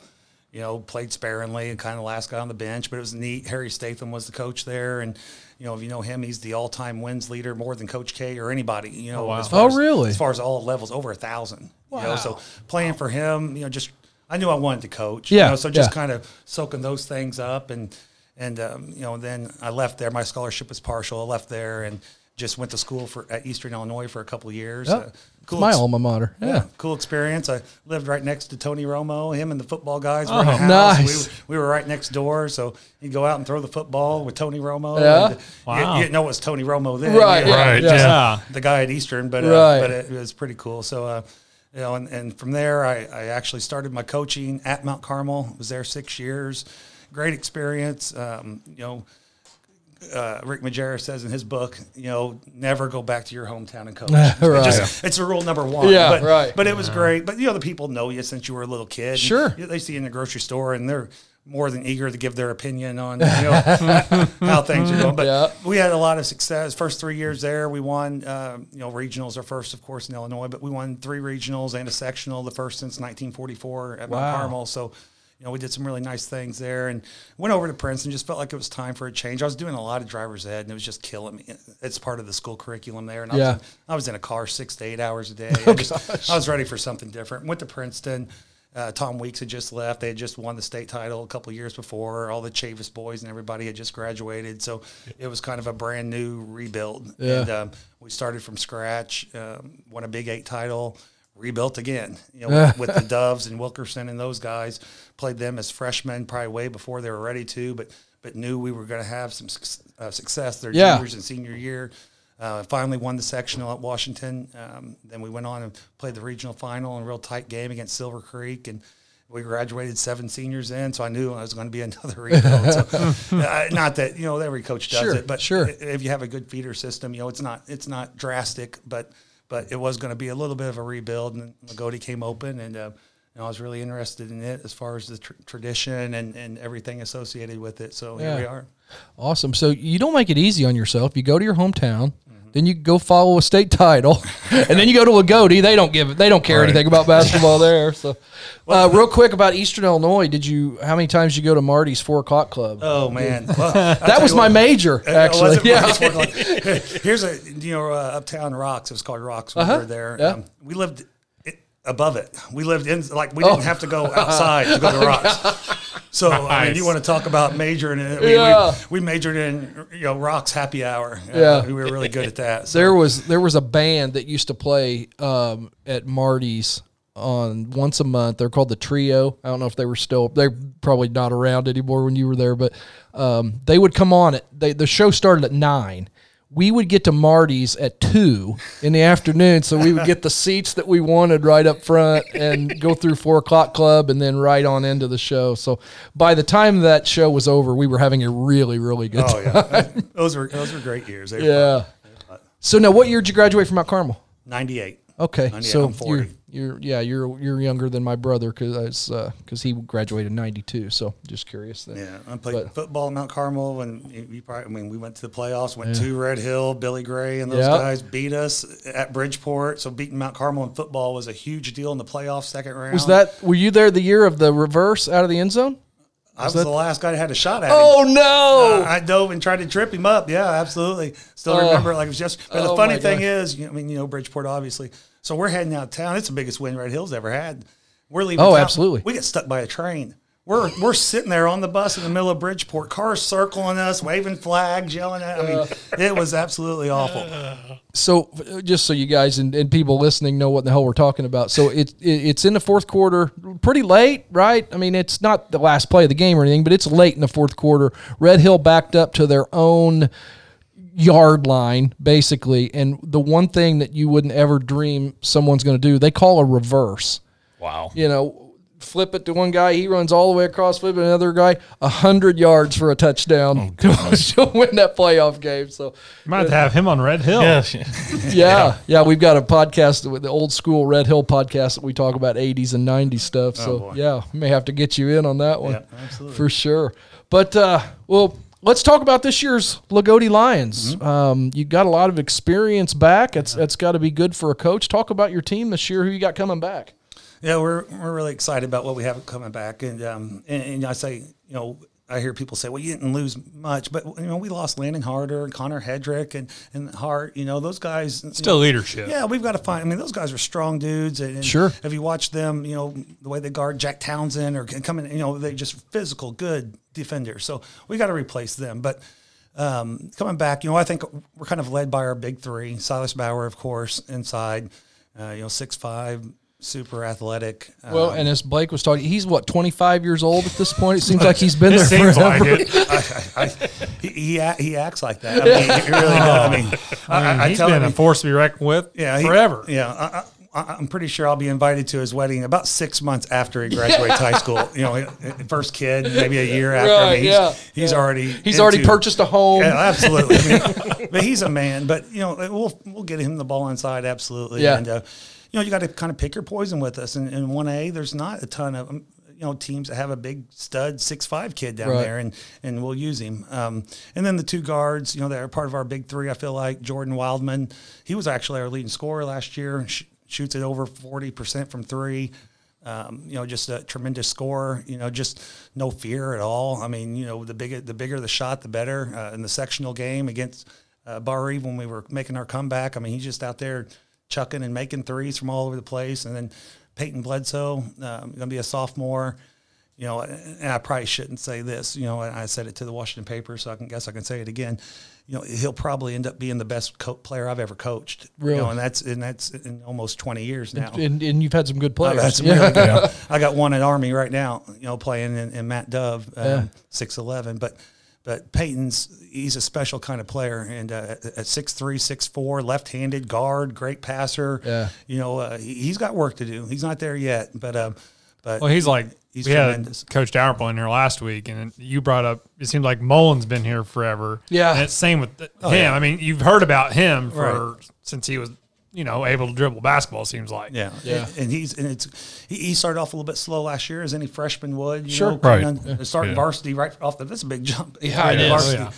you know, played sparingly and kind of last guy on the bench, but it was neat. Harry Statham was the coach there. And, you know, if you know him, he's the all time wins leader more than Coach K or anybody, you know.
wow.
as far
Oh,
as-
really?
As far as all levels, over a thousand. Wow. You know, so playing for him, you know, just, I knew I wanted to coach.
Yeah,
You know, so just
yeah.
kind of soaking those things up and, and um, you know, then I left there. My scholarship was partial. I left there and just went to school for at Eastern Illinois for a couple of years.
Yeah.
Uh,
Oh, It's my
ex-
alma mater. Yeah.
yeah, cool experience. I lived right next to Tony Romo. Him and the football guys were in the
Oh,
house.
nice.
We, we were right next door, so you'd go out and throw the football with Tony Romo.
Yeah.
and you-
Wow.
You, didn't know it was Tony Romo then,
Right,
You know,
Right,
yeah.
Yeah.
The guy at Eastern, but uh,
Right.
but it was pretty cool. So. Uh, you know, and, and from there, I, I actually started my coaching at Mount Carmel. Was there six years, great experience. Um, you know, uh, Rick Majerus says in his book, you know, never go back to your hometown and coach.
Right.
It's just- it's a rule number one.
Yeah,
but,
right.
But it was great. But you know, the people know you since you were a little kid. And
Sure.
you- they see you in the grocery store, and they're more than eager to give their opinion on you know, how things are going. But
Yeah.
we had a lot of success. First three years there, we won. Uh, you know, regionals are first, of course, in Illinois, but we won three regionals and a sectional, the first since 1944 at
Wow.
Mount Carmel. So. You know, we did some really nice things there, and went over to Princeton. Just felt like it was time for a change. I was doing a lot of driver's ed, and it was just killing me. It's part of the school curriculum there, and I
Yeah.
was in, I was in a car six to eight hours a day. I, just- I was ready for something different. Went to Princeton. Uh, Tom Weeks had just left. They had just won the state title a couple years before. All the Chavis boys and everybody had just graduated, so it was kind of a brand new rebuild.
Yeah.
And um, we started from scratch. Um, won a Big Eight title. Rebuilt again, you know, with, with the Doves and Wilkerson and those guys. Played them as freshmen, probably way before they were ready to, but but knew we were going to have some suc- uh, success their
Yeah.
juniors and senior year. Uh, finally won the sectional at Washington. Um, then we went on and played the regional final in a real tight game against Silver Creek, and we graduated seven seniors in. So I knew I was going to be another rebuild. So, uh, not that you know every coach does
Sure,
it, but
sure.
i- if you have a good feeder system, you know it's not it's not drastic, but but it was going to be a little bit of a rebuild. And Lagodi came open, and uh, you know, I was really interested in it as far as the tr- tradition and and everything associated with it. So
Yeah.
here we are.
Awesome. So you don't make it easy on yourself. You go to your hometown, then you go follow a state title, and then you go to Lagodi. They don't give. They don't care anything about basketball there. So, uh, real quick about Eastern Illinois. Did you? How many times did you go to Marty's four o'clock club?
Oh man, Well, I'll tell
that was
you
my
what.
major,
Uh, it
actually.
wasn't
Yeah.
Marty's Work Life. Here's a you know uh, Uptown Rocks. It was called Rocks when we were there.
Uh-huh. yeah.
Um, we lived i above it. We lived in like we
Oh.
didn't have to go outside to go to Rocks. So I mean, you
Nice.
want to talk about majoring? In, we,
Yeah.
we, we majored in you know Rocks Happy Hour. Uh,
Yeah.
we were really good at that. So
There was there was a band that used to play um, at Marty's on once a month. They're called the Trio. I don't know if they were still. They're probably not around anymore when you were there, but um, they would come on at they, the show started at nine. We would get to Marty's at two in the afternoon, so we would get the seats that we wanted right up front and go through four o'clock club and then right on into the show. So by the time that show was over, we were having a really really good.
oh
time.
yeah, those were those were great years. They were
Yeah. So now, what year did you graduate from Mount Carmel?
ninety eight.
Okay,
I'm
so
40.
you're You're yeah, you're you're younger than my brother uh, because because he graduated in '92. So just curious there.
Yeah, I played football at Mount Carmel, and you- you probably, I mean, we went to the playoffs, went to Red Hill, Billy Gray, and those
Yeah.
guys beat us at Bridgeport. So beating Mount Carmel in football was a huge deal in the playoff second round.
Was that were you there the year of the reverse out of the end zone?
I was the last guy that had a shot at him.
Oh no!
Uh, I dove and tried to trip him up. Yeah, absolutely. Still remember it like it was just. But
Oh,
the funny
my
thing
God.
is, you know, I mean, you know, Bridgeport, obviously. So we're heading out of town. It's the biggest wind Red Hills ever had. We're leaving.
Oh,
town.
absolutely.
We get stuck by a train. We're we're sitting there on the bus in the middle of Bridgeport. Cars circling us, waving flags, yelling at. I mean, it was absolutely awful.
so uh, just so you guys and, and people listening know what the hell we're talking about so it, it it's in the fourth quarter pretty late right i mean it's not the last play of the game or anything but it's late in the fourth quarter red hill backed up to their own yard line basically and the one thing that you wouldn't ever dream someone's going to do they call a reverse
Wow.
you know flip it to one guy he runs all the way across flip it to another guy 100 yards for a touchdown to win that playoff game so
You might have to have him on Red Hill.
Yeah.
yeah, yeah, we've got a podcast with the old school Red Hill podcast that we talk about 80s and 90s stuff. So yeah, we may have to get you in on that one for sure. But uh, well, let's talk about this year's Lagodi Lions. Um, you got a lot of experience back. It's that's got to be good for a coach. Talk about your team this year. Who you got coming back?
Yeah, we're we're really excited about what we have coming back, and um, and, and I say, you know, I hear people say, well, you didn't lose much, but you know, we lost Landon Harder and Connor Hedrick and and Hart. You know, those guys you
Still leadership.
yeah, we've got to find. I mean, those guys are strong dudes. And, and
Sure.
If you watch them, you know the way they guard Jack Townsend or can come in, you know they just physical, good defenders. So we got to replace them. But um, coming back, you know, I think we're kind of led by our big three: Silas Bauer, of course, inside. Uh, you know, six five, super athletic. Uh,
Well, and as Blake was talking, he's what 25 years old at this point. It seems like he's been
It
there
seems
forever.
like it.
he, he a- he acts like that. I mean, he really does. I mean, I, I, I
He's
tell
been
him
a force to be reckoned with
Yeah, he-
forever.
Yeah, I, I, I- I'm pretty sure I'll be invited to his wedding about six months after he graduates high school. You know, first kid, maybe a year after. I mean,
Right,
he's,
yeah,
he's already
He's already
into-
purchased a home.
Yeah, absolutely. I mean, but he's a man. But you know, we'll we'll get him the ball inside. Absolutely.
Yeah.
And uh, you know, you got to kind of pick your poison with us. And in one A, there's not a ton of um, you know teams that have a big stud six five kid down
Right.
there, and and we'll use him. Um, and then the two guards, you know, they're part of our big three. I feel like Jordan Wildman. He was actually our leading scorer last year. Sh- shoots at over forty percent from three um, you know, just a tremendous score. You know, just no fear at all. I mean, you know, the bigger the bigger the shot, the better. Uh, in the sectional game against uh, Barre, when we were making our comeback, I mean, he's just out there chucking and making threes from all over the place. And then Peyton Bledsoe, um, going to be a sophomore. You know, and I probably shouldn't say this. You know, I I said it to the Washington paper, so I can guess I can say it again. You know, he'll probably end up being the best co- player I've ever coached. You
Really?
know, and that's and that's in almost twenty years now.
and, and you've had some good
I've
players.
had some
Yeah.
really good- I got one at Army right now, you know, playing in, in Matt Dove, um,
Yeah.
six eleven. But but Peyton's he's a special kind of player, and uh, at six three, six four, left handed guard, great passer.
Yeah.
you know, uh, he, he's got work to do. He's not there yet, but um, but
Well, he's like
He's
we had
tremendous.
Coach Dalrymple in here last week, and you brought up. It seems like Mullen's been here forever.
Yeah.
and it's same with th- him. I mean, you've heard about him for
Oh, Right.
since he was, you know, able to dribble basketball. it Seems like
Yeah,
Yeah.
And, and he's and it's he, he started off a little bit slow last year, as any freshman would. You
Sure.
know, coming
Right.
on- starting
Yeah.
varsity right off the. That's a big jump.
Yeah, it
Yeah,
is.
varsity.
Oh, yeah.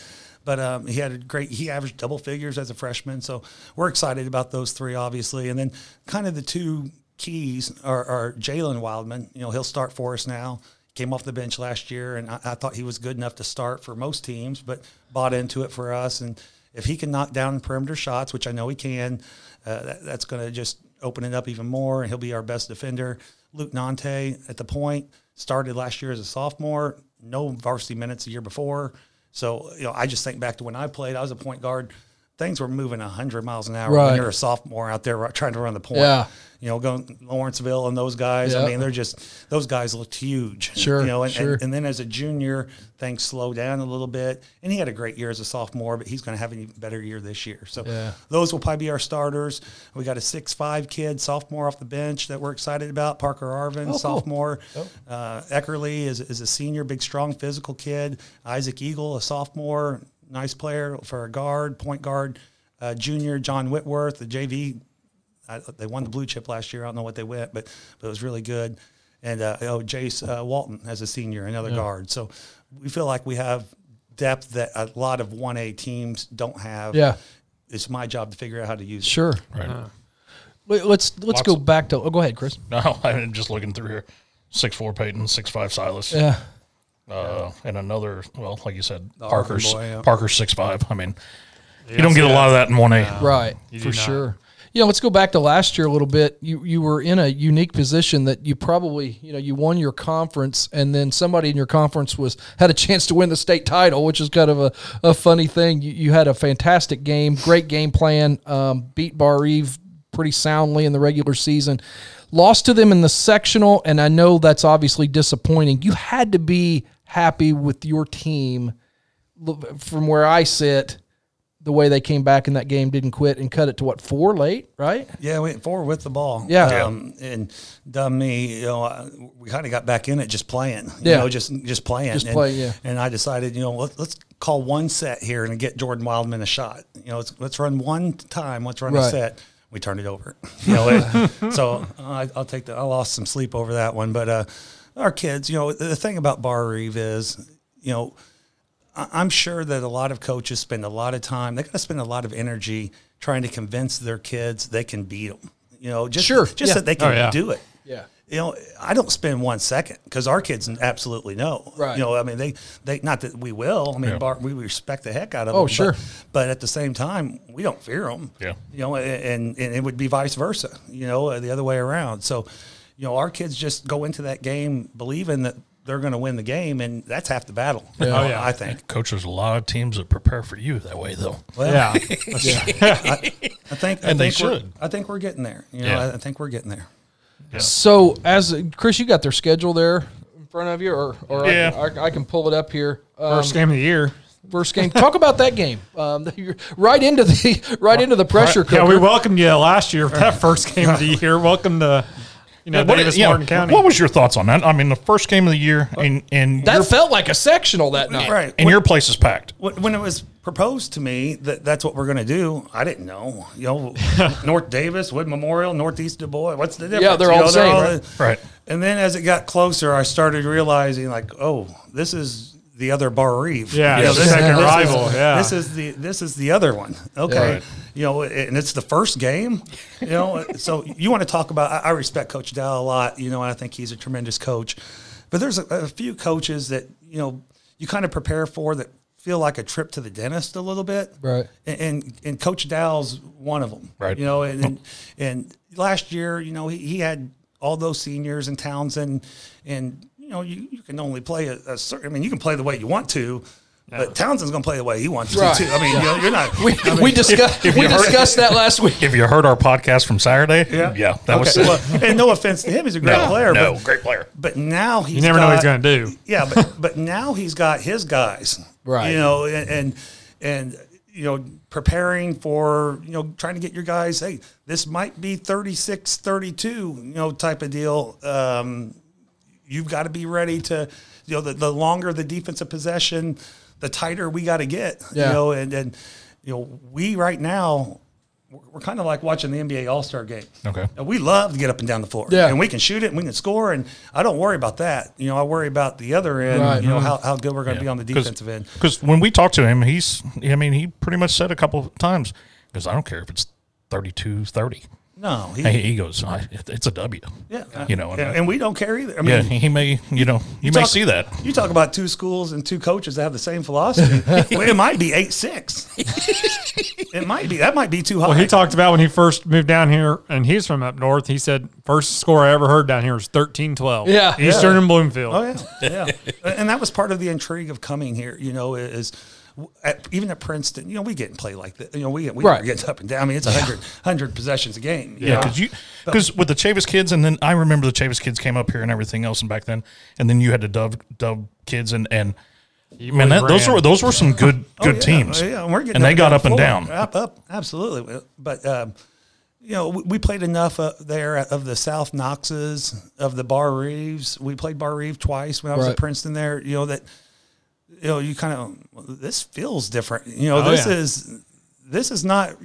But um, he had a great. He averaged double figures as a freshman, so we're excited about those three, obviously. And then kind of the two keys are, are Jalen Wildman. You know, he'll start for us now. Came off the bench last year, and I, I thought he was good enough to start for most teams, but bought into it for us. And if he can knock down perimeter shots, which I know he can, uh, that, that's going to just open it up even more, and he'll be our best defender. Luke Nante at the point started last year as a sophomore, no varsity minutes the year before. So you know, I just think back to when I played. I was a point guard. Things were moving hundred miles an hour
Right.
when you're a sophomore out there ri- trying to run the point.
Yeah.
You know, going Lawrenceville and those guys.
Yeah.
I mean, they're just those guys looked huge.
Sure,
You know, and,
sure.
and, and then as a junior, things slow down a little bit. And he had a great year as a sophomore, but he's going to have an even better year this year. So
Yeah.
those will probably be our starters. We got a six-five kid, sophomore off the bench that we're excited about. Parker Arvin, sophomore. Uh, Eckerly is, is a senior, big, strong, physical kid. Isaac Eagle, a sophomore, nice player for a guard, point guard. Uh, junior John Whitworth, the JV I, they won the blue chip last year. I don't know what they went, but, but it was really good. And uh, oh, Jace uh, Walton as a senior, another guard. So we feel like we have depth that a lot of 1A teams don't have.
Yeah.
It's my job to figure out how to use it.
Sure.
Right.
Let- Let's let's
Lots
go
of-
back to. Oh, go ahead, Chris.
No, I'm just looking through here. Six four Peyton, six five Silas,
Yeah.
uh, and another. Well, like you said,
Harvard
Parker's
boy, yeah.
Parker's six five. I mean, you don't get a lot of that in one A.
Right.
Um, You do
For
not.
sure. You know, let's go back to last year a little bit. You you were in a unique position that you probably, you know, you won your conference and then somebody in your conference was had a chance to win the state title, which is kind of a, a funny thing. You, you had a fantastic game, great game plan, um, beat Bar Eve pretty soundly in the regular season. Lost to them in the sectional, and I know that's obviously disappointing. You had to be happy with your team Look, from where I sit the way they came back in that game, didn't quit and cut it to what four late, right?
Yeah, we went forward with the ball.
Yeah.
Um, and dumb me, you know, I, we kind of got back in it just playing. You
Yeah.
know, just just playing.
Just
and,
play, yeah.
And I decided, you know, let, let's call one set here and get Jordan Wildman a shot. You know, let's, let's run one time. Let's run
Right.
a set. We turned it over. You know, it, so uh, I, I'll take the. I lost some sleep over that one, but uh, our kids, you know, the, the thing about Bar Reeve is, you know. I- I'm sure that a lot of coaches spend a lot of time. They got to spend a lot of energy trying to convince their kids they can beat them. You know, just
Sure,
just
yeah.
that they can
Oh, yeah.
do it.
Yeah.
You know, I don't spend one second because our kids absolutely know.
Right.
You know, I mean, they they not that we will. I mean,
Yeah.
Bar, we respect the heck out of
Oh,
them.
sure.
But, but at the same time, we don't fear them.
Yeah.
You know, and and it would be vice versa. You know, the other way around. So, you know, our kids just go into that game believing that they're going to win the game, and that's half the battle.
Oh, yeah.
I think.
Coach, there's a lot of teams that prepare for you that way, though.
Well,
Yeah.
I think,
And
I
they
think we're-
should.
I think we're getting there. You know,
Yeah.
I, I think we're getting there.
So as Chris, you got their schedule there in front of you, or or I-
Yeah.
I, I, can pull it up here. Um,
First game of the year.
first game. Talk about that game. Um, you're right into the right into the pressure cooker.
Yeah, we welcomed you last year for that first game of the year. Welcome to you know
What-
Davis
yeah,
Martin County.
What was your thoughts on that? I mean, the first game of the year,
Uh,
and and
that
your,
felt like a sectional that night.
Right.
and your place is packed.
When when it was proposed to me that that's what we're going to do, I didn't know. You know, North Davis, Wood Memorial, Northeast Du Bois. What's the difference?
they're
You
all
know,
the same, right?
Right.
And then as it got closer, I started realizing like, oh, this is the other Bar Reeve.
Yeah,
You know,
it's
this
the second
this
rival,
Is,
yeah.
This is the this is the other one. Okay.
Right.
You know, and it's the first game. You know, so you want to talk about? I, I respect Coach Dow a lot. You know, and I think he's a tremendous coach. But there's a, a few coaches that you know you kind of prepare for that feel like a trip to the dentist a little bit.
Right.
And and, and Coach Dow's one of them.
Right.
You know, and and, and last year, you know, he, he had all those seniors in Townsend, and you know, you, you can only play a, a certain. I mean, you can play the way you want to, but Townsend's going to play the way he wants
Right.
to. Too. I mean, you know, you're not.
We,
I mean,
we discussed
if
we
you heard-
discussed that last week.
If you heard our podcast from Saturday, yeah, that was
well, and no offense to him, he's a great
no,
player.
no,
but,
great player.
but now he's
you never know what he's
got-
going to do.
yeah, but but now he's got his guys,
Right.
You know, and and, and you know, preparing for you know, trying to get your guys. Hey, this might be 36, 32, you know, type of deal. Um, you've got to be ready to, you know, the, the longer the defensive possession, the tighter we got to get.
Yeah.
You know, and and you know, we right now. We're we're kind of like watching the NBA All Star game.
Okay.
And Uh, we love to get up and down the floor.
Yeah.
And we can shoot it and we can score. And I don't worry about that. You know, I worry about the other end,
Right. Mm-hmm.
you know, how, how good we're going to be on the
'Cause-
defensive end.
Because when we talked to him, he's, I mean, he pretty much said a couple of times, because I don't care if it's 32 30.
No. He,
Hey, he goes, I, it's a W.
yeah.
You know, and, uh,
and, and we don't care either. I mean,
yeah, he may, you know, you, may
talk-
see that.
You talk about two schools and two coaches that have the same philosophy. well, it might be 8 6. it might be. That might be too high.
Well, he talked about when he first moved down here, and he's from up north. He said, first score I ever heard down here was 13 12.
Yeah.
Eastern and Bloomfield.
Oh yeah, yeah. and that was part of the intrigue of coming here. You know, is at, even at Princeton, you know, we get and play like that. You know, we we
Right.
are getting up and down. I mean, it's 100, 100 possessions a game. you
Yeah,
know?
because you because with the Chavis kids, and then I remember the Chavis kids came up here and everything else, and back then, and then you had the Dove Dove kids, and and man,
really
that, those
ran.
were those were some good
Oh,
good
yeah.
teams.
Oh, yeah. And, we're getting
and they got
the
up and
floor.
down.
Up, up, absolutely. But um, you know, we, we played enough uh, there of the South Knoxes, of the Bar Reeves. We played Bar Reeve twice when I was
Right.
at Princeton. There, you know that. You know, you kind of this feels different. You know,
Oh,
this
yeah.
is this is not.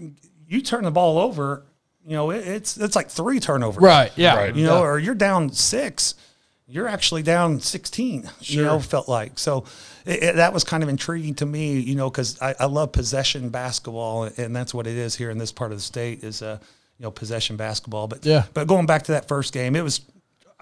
You turn the ball over. You know, it, it's it's like three turnovers.
Right. Yeah.
Right.
You know, or you're down six. You're actually down 16, you know, felt like. So it, it- that was kind of intriguing to me, you know, because I, I love possession basketball, and that's what it is here in this part of the state is, uh, you know, possession basketball. But
Yeah.
but going back to that first game, it was,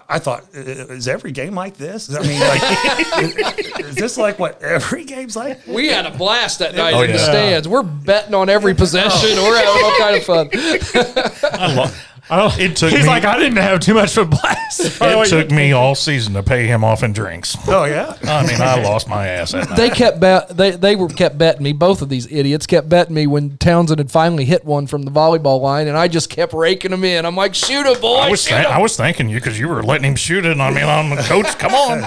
I thought, i- i- is every game like this? I mean, like, is this like what every game's like?
We had a blast that night
Oh,
in the
yeah. Oh.
stands. We're betting on every possession. We're having all kind of fun.
I love.
I don't,
It took
He's
me-
like, I didn't have too much of a blast.
It took me all season to pay him off in drinks.
Oh, yeah.
I mean, I lost my ass that night.
They kept bet. They they were kept betting me. Both of these idiots kept betting me when Townsend had finally hit one from the volleyball line, and I just kept raking them in. I'm like, shoot him, boy!
I was
shoot
th-
'em."
I was thanking you because you were letting him shoot it on me. And I'm like, coach, come on.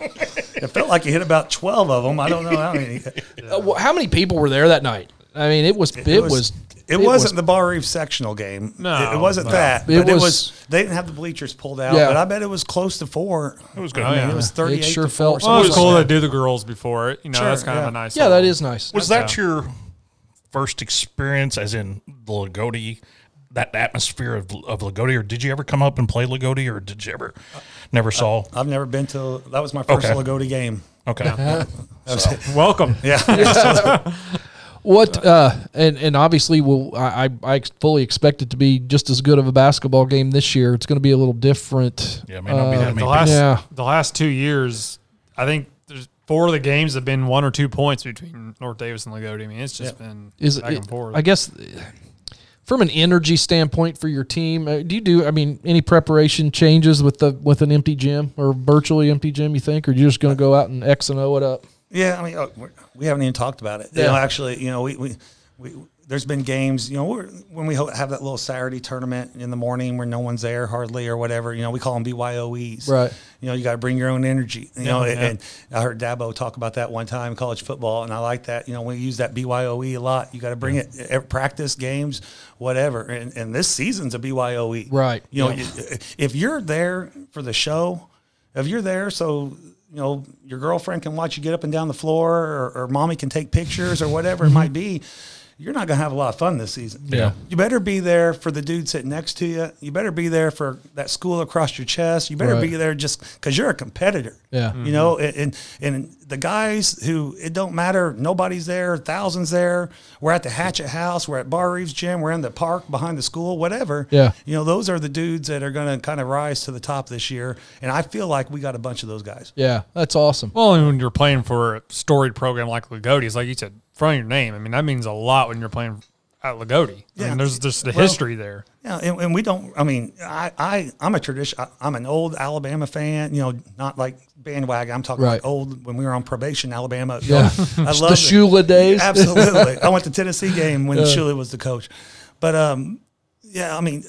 It felt like you hit about 12 of them. I don't know how many.
Uh, wh- How many people were there that night? I mean, it was it, was,
It, wasn't the Bar Reef sectional game.
No,
it, it wasn't that.
It
But it was,
was-
They didn't have the bleachers pulled out,
Yeah.
but I bet it was close to four. It was
good.
I mean,
Oh, Yeah.
it was
It
thirty-eight.
sure
to four,
felt-
something
Well, it was
like
cool
that.
to do the girls before it. You know,
Sure,
that's kind
yeah.
of a nice.
yeah, that
little-
is nice.
Was that your first experience, as in the Lagodi, that atmosphere of, of Lagodi, or did you ever come up and play Lagodi, or did you ever never saw?
I've never been to. That was my first
Okay.
Lagodi game.
Okay,
welcome.
Yeah,
What uh, and and obviously, will I, I I fully expect it to be just as good of a basketball game this year. It's going to be a little different.
yeah, it may not be that
Uh, the
many.
last
Yeah.
the last two years, I think there's four of the games have been one or two points between North Davis and Lagodi. I mean, it's just been
Is
back
it,
and forth.
I guess uh, from an energy standpoint for your team, uh, do you do? I mean, any preparation changes with the with an empty gym or virtually empty gym? You think, or you're just going to go out and X and O it up?
yeah. I mean, oh, we're- we haven't even talked about it.
Yeah.
You know, actually, you know, we, we we there's been games. You know, we're, when we ho- have that little Saturday tournament in the morning where no one's there hardly or whatever. You know, we call them BYOEs.
Right.
You know, you got to bring your own energy. You know, and I heard Dabo talk about that one time in college football, and I like that. You know, we use that BYOE E a lot. You got to bring it at practice games, whatever. And and this season's a BYOE,
Right.
E. You know,
Yeah.
you- if you're there for the show, if you're there, so you know your girlfriend can watch you get up and down the floor, or, or mommy can take pictures, or whatever it might be. You're not gonna have a lot of fun this season.
Mm-hmm. Yeah.
You better be there for the dude sitting next to you. You better be there for that school across your chest. You better
Right.
be there just because you're a competitor.
Yeah.
You know, and, and and the guys who it don't matter. Nobody's there. Thousands there. We're at the Hatchet House. We're at Bar Reeves Gym. We're in the park behind the school. Whatever.
Yeah.
You know, those are the dudes that are going to kind of rise to the top this year. And I feel like we got a bunch of those guys.
Yeah, that's awesome.
Well, and when you're playing for a storied program like Lagodi, it's like you said, from your name. I mean, that means a lot when you're playing at Lagodi. I
Yeah.
mean, there's just the
Well-
history there.
Yeah, and, and we don't. I mean, I, I I'm a tradition. I, I'm an old Alabama fan. You know, not like bandwagon. I'm talking
Right.
like old when we were on probation, Alabama. you
Yeah.
know. I
The
love it.
Shula days.
Absolutely. I went to Tennessee game when Shula was the coach. But um, yeah, I mean,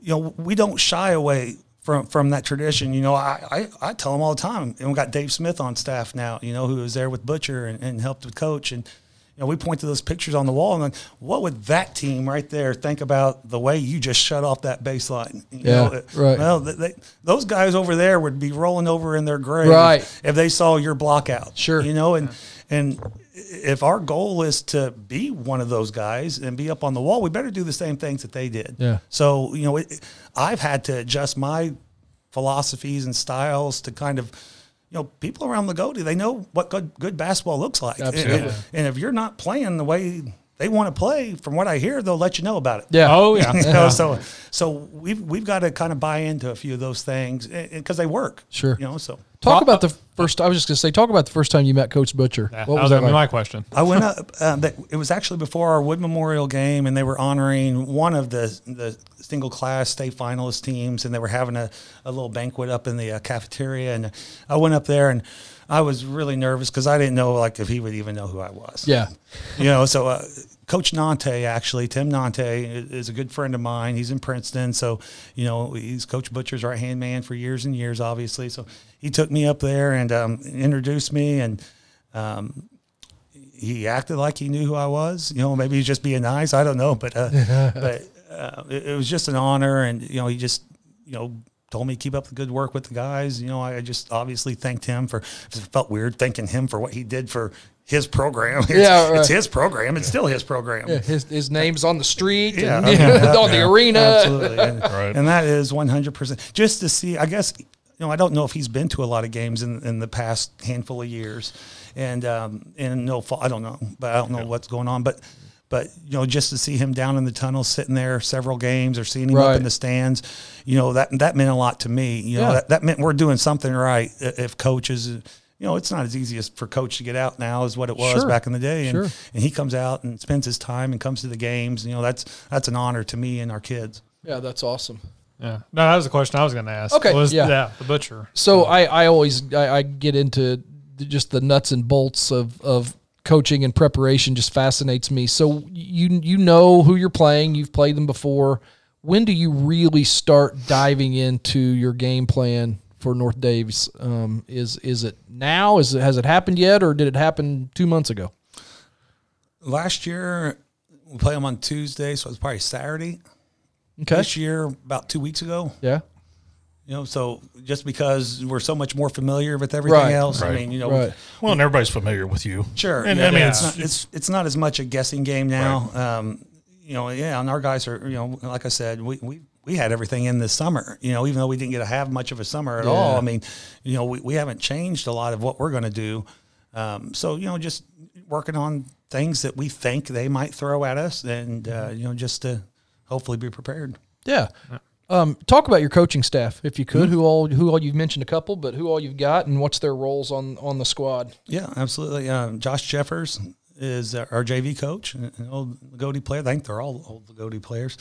you know, we don't shy away from from that tradition. You know, I I, I tell them all the time, and we got Dave Smith on staff now. You know, who was there with Butcher and, and helped with coach and. You know, we point to those pictures on the wall, and like, what would that team right there think about the way you just shut off that baseline? You
Yeah,
know,
right.
Well, they, they, those guys over there would be rolling over in their grave
Right.
if they saw your block out.
Sure.
You know, and and if our goal is to be one of those guys and be up on the wall, we better do the same things that they did.
Yeah.
So you know, it, I've had to adjust my philosophies and styles to kind of. You know, people around Lagodi, they know what good, good basketball looks like. And-
Absolutely.
And, and if you're not playing the way they want to play, from what I hear, they'll let you know about it.
Yeah.
Oh, yeah.
You know, so so we've we've got to kind of buy into a few of those things because they work.
Sure.
You know, so
Talk about the first. I was just going to say, talk about the first time you met Coach Butcher.
Yeah,
what
that
was
was
that
gonna be
like?
my question.
I went up. Um, that, it was actually before our Wood Memorial game, and they were honoring one of the the single class state finalist teams, and they were having a, a little banquet up in the uh, cafeteria. And I went up there, and I was really nervous because I didn't know like if he would even know who I was.
Yeah.
you know, so uh, Coach Nante, actually, Tim Nante is is a good friend of mine. He's in Princeton. So, you know, he's Coach Butcher's right hand man for years and years, obviously. So he took me up there and um, introduced me, and um, he acted like he knew who I was. You know, maybe he's just being nice. I don't know. But, uh, but uh, it, it was just an honor. And, you know, he just, you know, told me keep up the good work with the guys. You know, I, I just obviously thanked him for. It felt weird thanking him for what he did for his program. It's,
Yeah, right.
it's his program. It's still his program.
Yeah, his, his name's on the street,
Yeah,
and,
I mean, that-
on the
yeah,
arena.
Absolutely. And,
Right.
and that is 100%. Just to see, I guess, you know, I don't know if he's been to a lot of games in, in the past handful of years. And, um, and no, fa- I don't know, but I don't know what's going on. But, but, you know, just to see him down in the tunnel sitting there several games or seeing him up
Right.
in the stands, you know, that, that meant a lot to me. You know,
Yeah.
that, that meant we're doing something right. I- If coaches, you know, it's not as easy as for coach to get out now as what it was
Sure.
back in the day. And,
Sure.
and he comes out and spends his time and comes to the games. You know, that's that's an honor to me and our kids.
Yeah, that's awesome.
Yeah. No, that was the question I was going to ask.
Okay,
Was,
yeah.
The butcher.
So I, I always I, I get into the- just the nuts and bolts of of coaching and preparation just fascinates me. So you you know who you're playing, you've played them before. When do you really start diving into your game plan for North Daves? Um, is is it now? Is it has it happened yet, or did it happen two months ago?
Last year we play them on Tuesday, so it's probably Saturday.
Okay,
This year, about two weeks ago,
yeah,
you know, so just because we're so much more familiar with everything
Right.
else, I
Right.
mean, you know,
right.
Well, and everybody's familiar with you.
sure.
And
yeah,
I mean,
yeah.
it's,
not, it's it's not as much a guessing game now. Um, you know, yeah, and our guys are, you know, like I said, we we. We had everything in this summer, you know, even though we didn't get to have much of a summer at all.
Yeah.
I mean, you know, we, we haven't changed a lot of what we're going to do. Um, so, you know, just working on things that we think they might throw at us and, uh, you know, just to hopefully be prepared.
Yeah. Mm-hmm. Um, talk about your coaching staff, if you could. Who all who all you've mentioned a couple, but who all you've got, and what's their roles on on the squad?
Yeah, absolutely. Um, Josh Jeffers is our JV coach, an old Lagodi player. I think they're all old Lagodi players.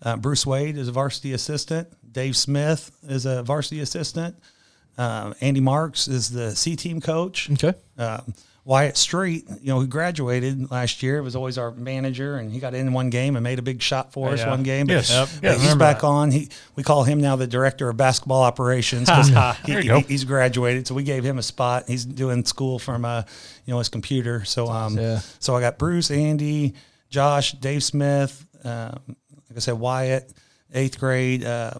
Uh, Bruce Wade is a varsity assistant. Dave Smith is a varsity assistant. Um, Andy Marks is the C team coach.
Okay.
Um, Wyatt Street, you know, who graduated last year, was always our manager, and he got in one game and made a big shot for us
Yeah.
one game.
Yes. Yep.
but
Yeah, I
he's
remember
back
that.
on. He we call him now the director of basketball operations because he,
There you
he-
go.
he's graduated. So we gave him a spot. He's doing school from uh, you know his computer. So um,
Yeah.
so I got Bruce, Andy, Josh, Dave Smith, um, like I said, Wyatt, eighth grade. Uh,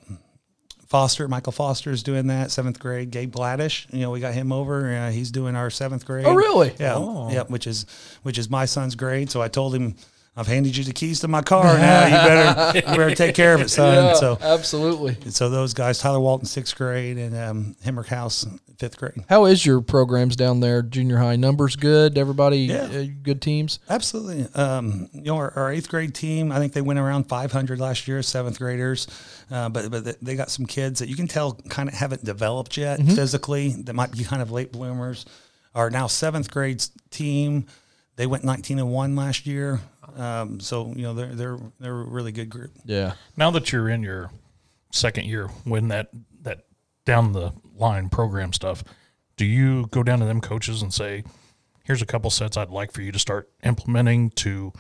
Foster, Michael Foster is doing that. Seventh grade, Gabe Gladish. You know, we got him over. Uh, he's doing our seventh grade.
Oh, really?
Yeah, yeah. Which is which is my son's grade. So I told him, I've handed you the keys to my car now. You better you better take care of it, son.
Yeah,
So
absolutely.
so those guys, Tyler Walton, sixth grade, and um, Hemrick House, fifth grade.
How is your programs down there? Junior high numbers good. Everybody
Yeah.
uh, good teams.
Absolutely. Um, you know, our, our eighth grade team, I think they went around 500 last year, seventh graders. Uh, but but they got some kids that you can tell kind of haven't developed yet physically that might be kind of late bloomers. Our now seventh grades team, they went 19 and one last year. Um, so, you know, they're, they're, they're a really good group.
Yeah.
Now that you're in your second year, when that that down the line program stuff, do you go down to them coaches and say, "Here's a couple sets I'd like for you to start implementing to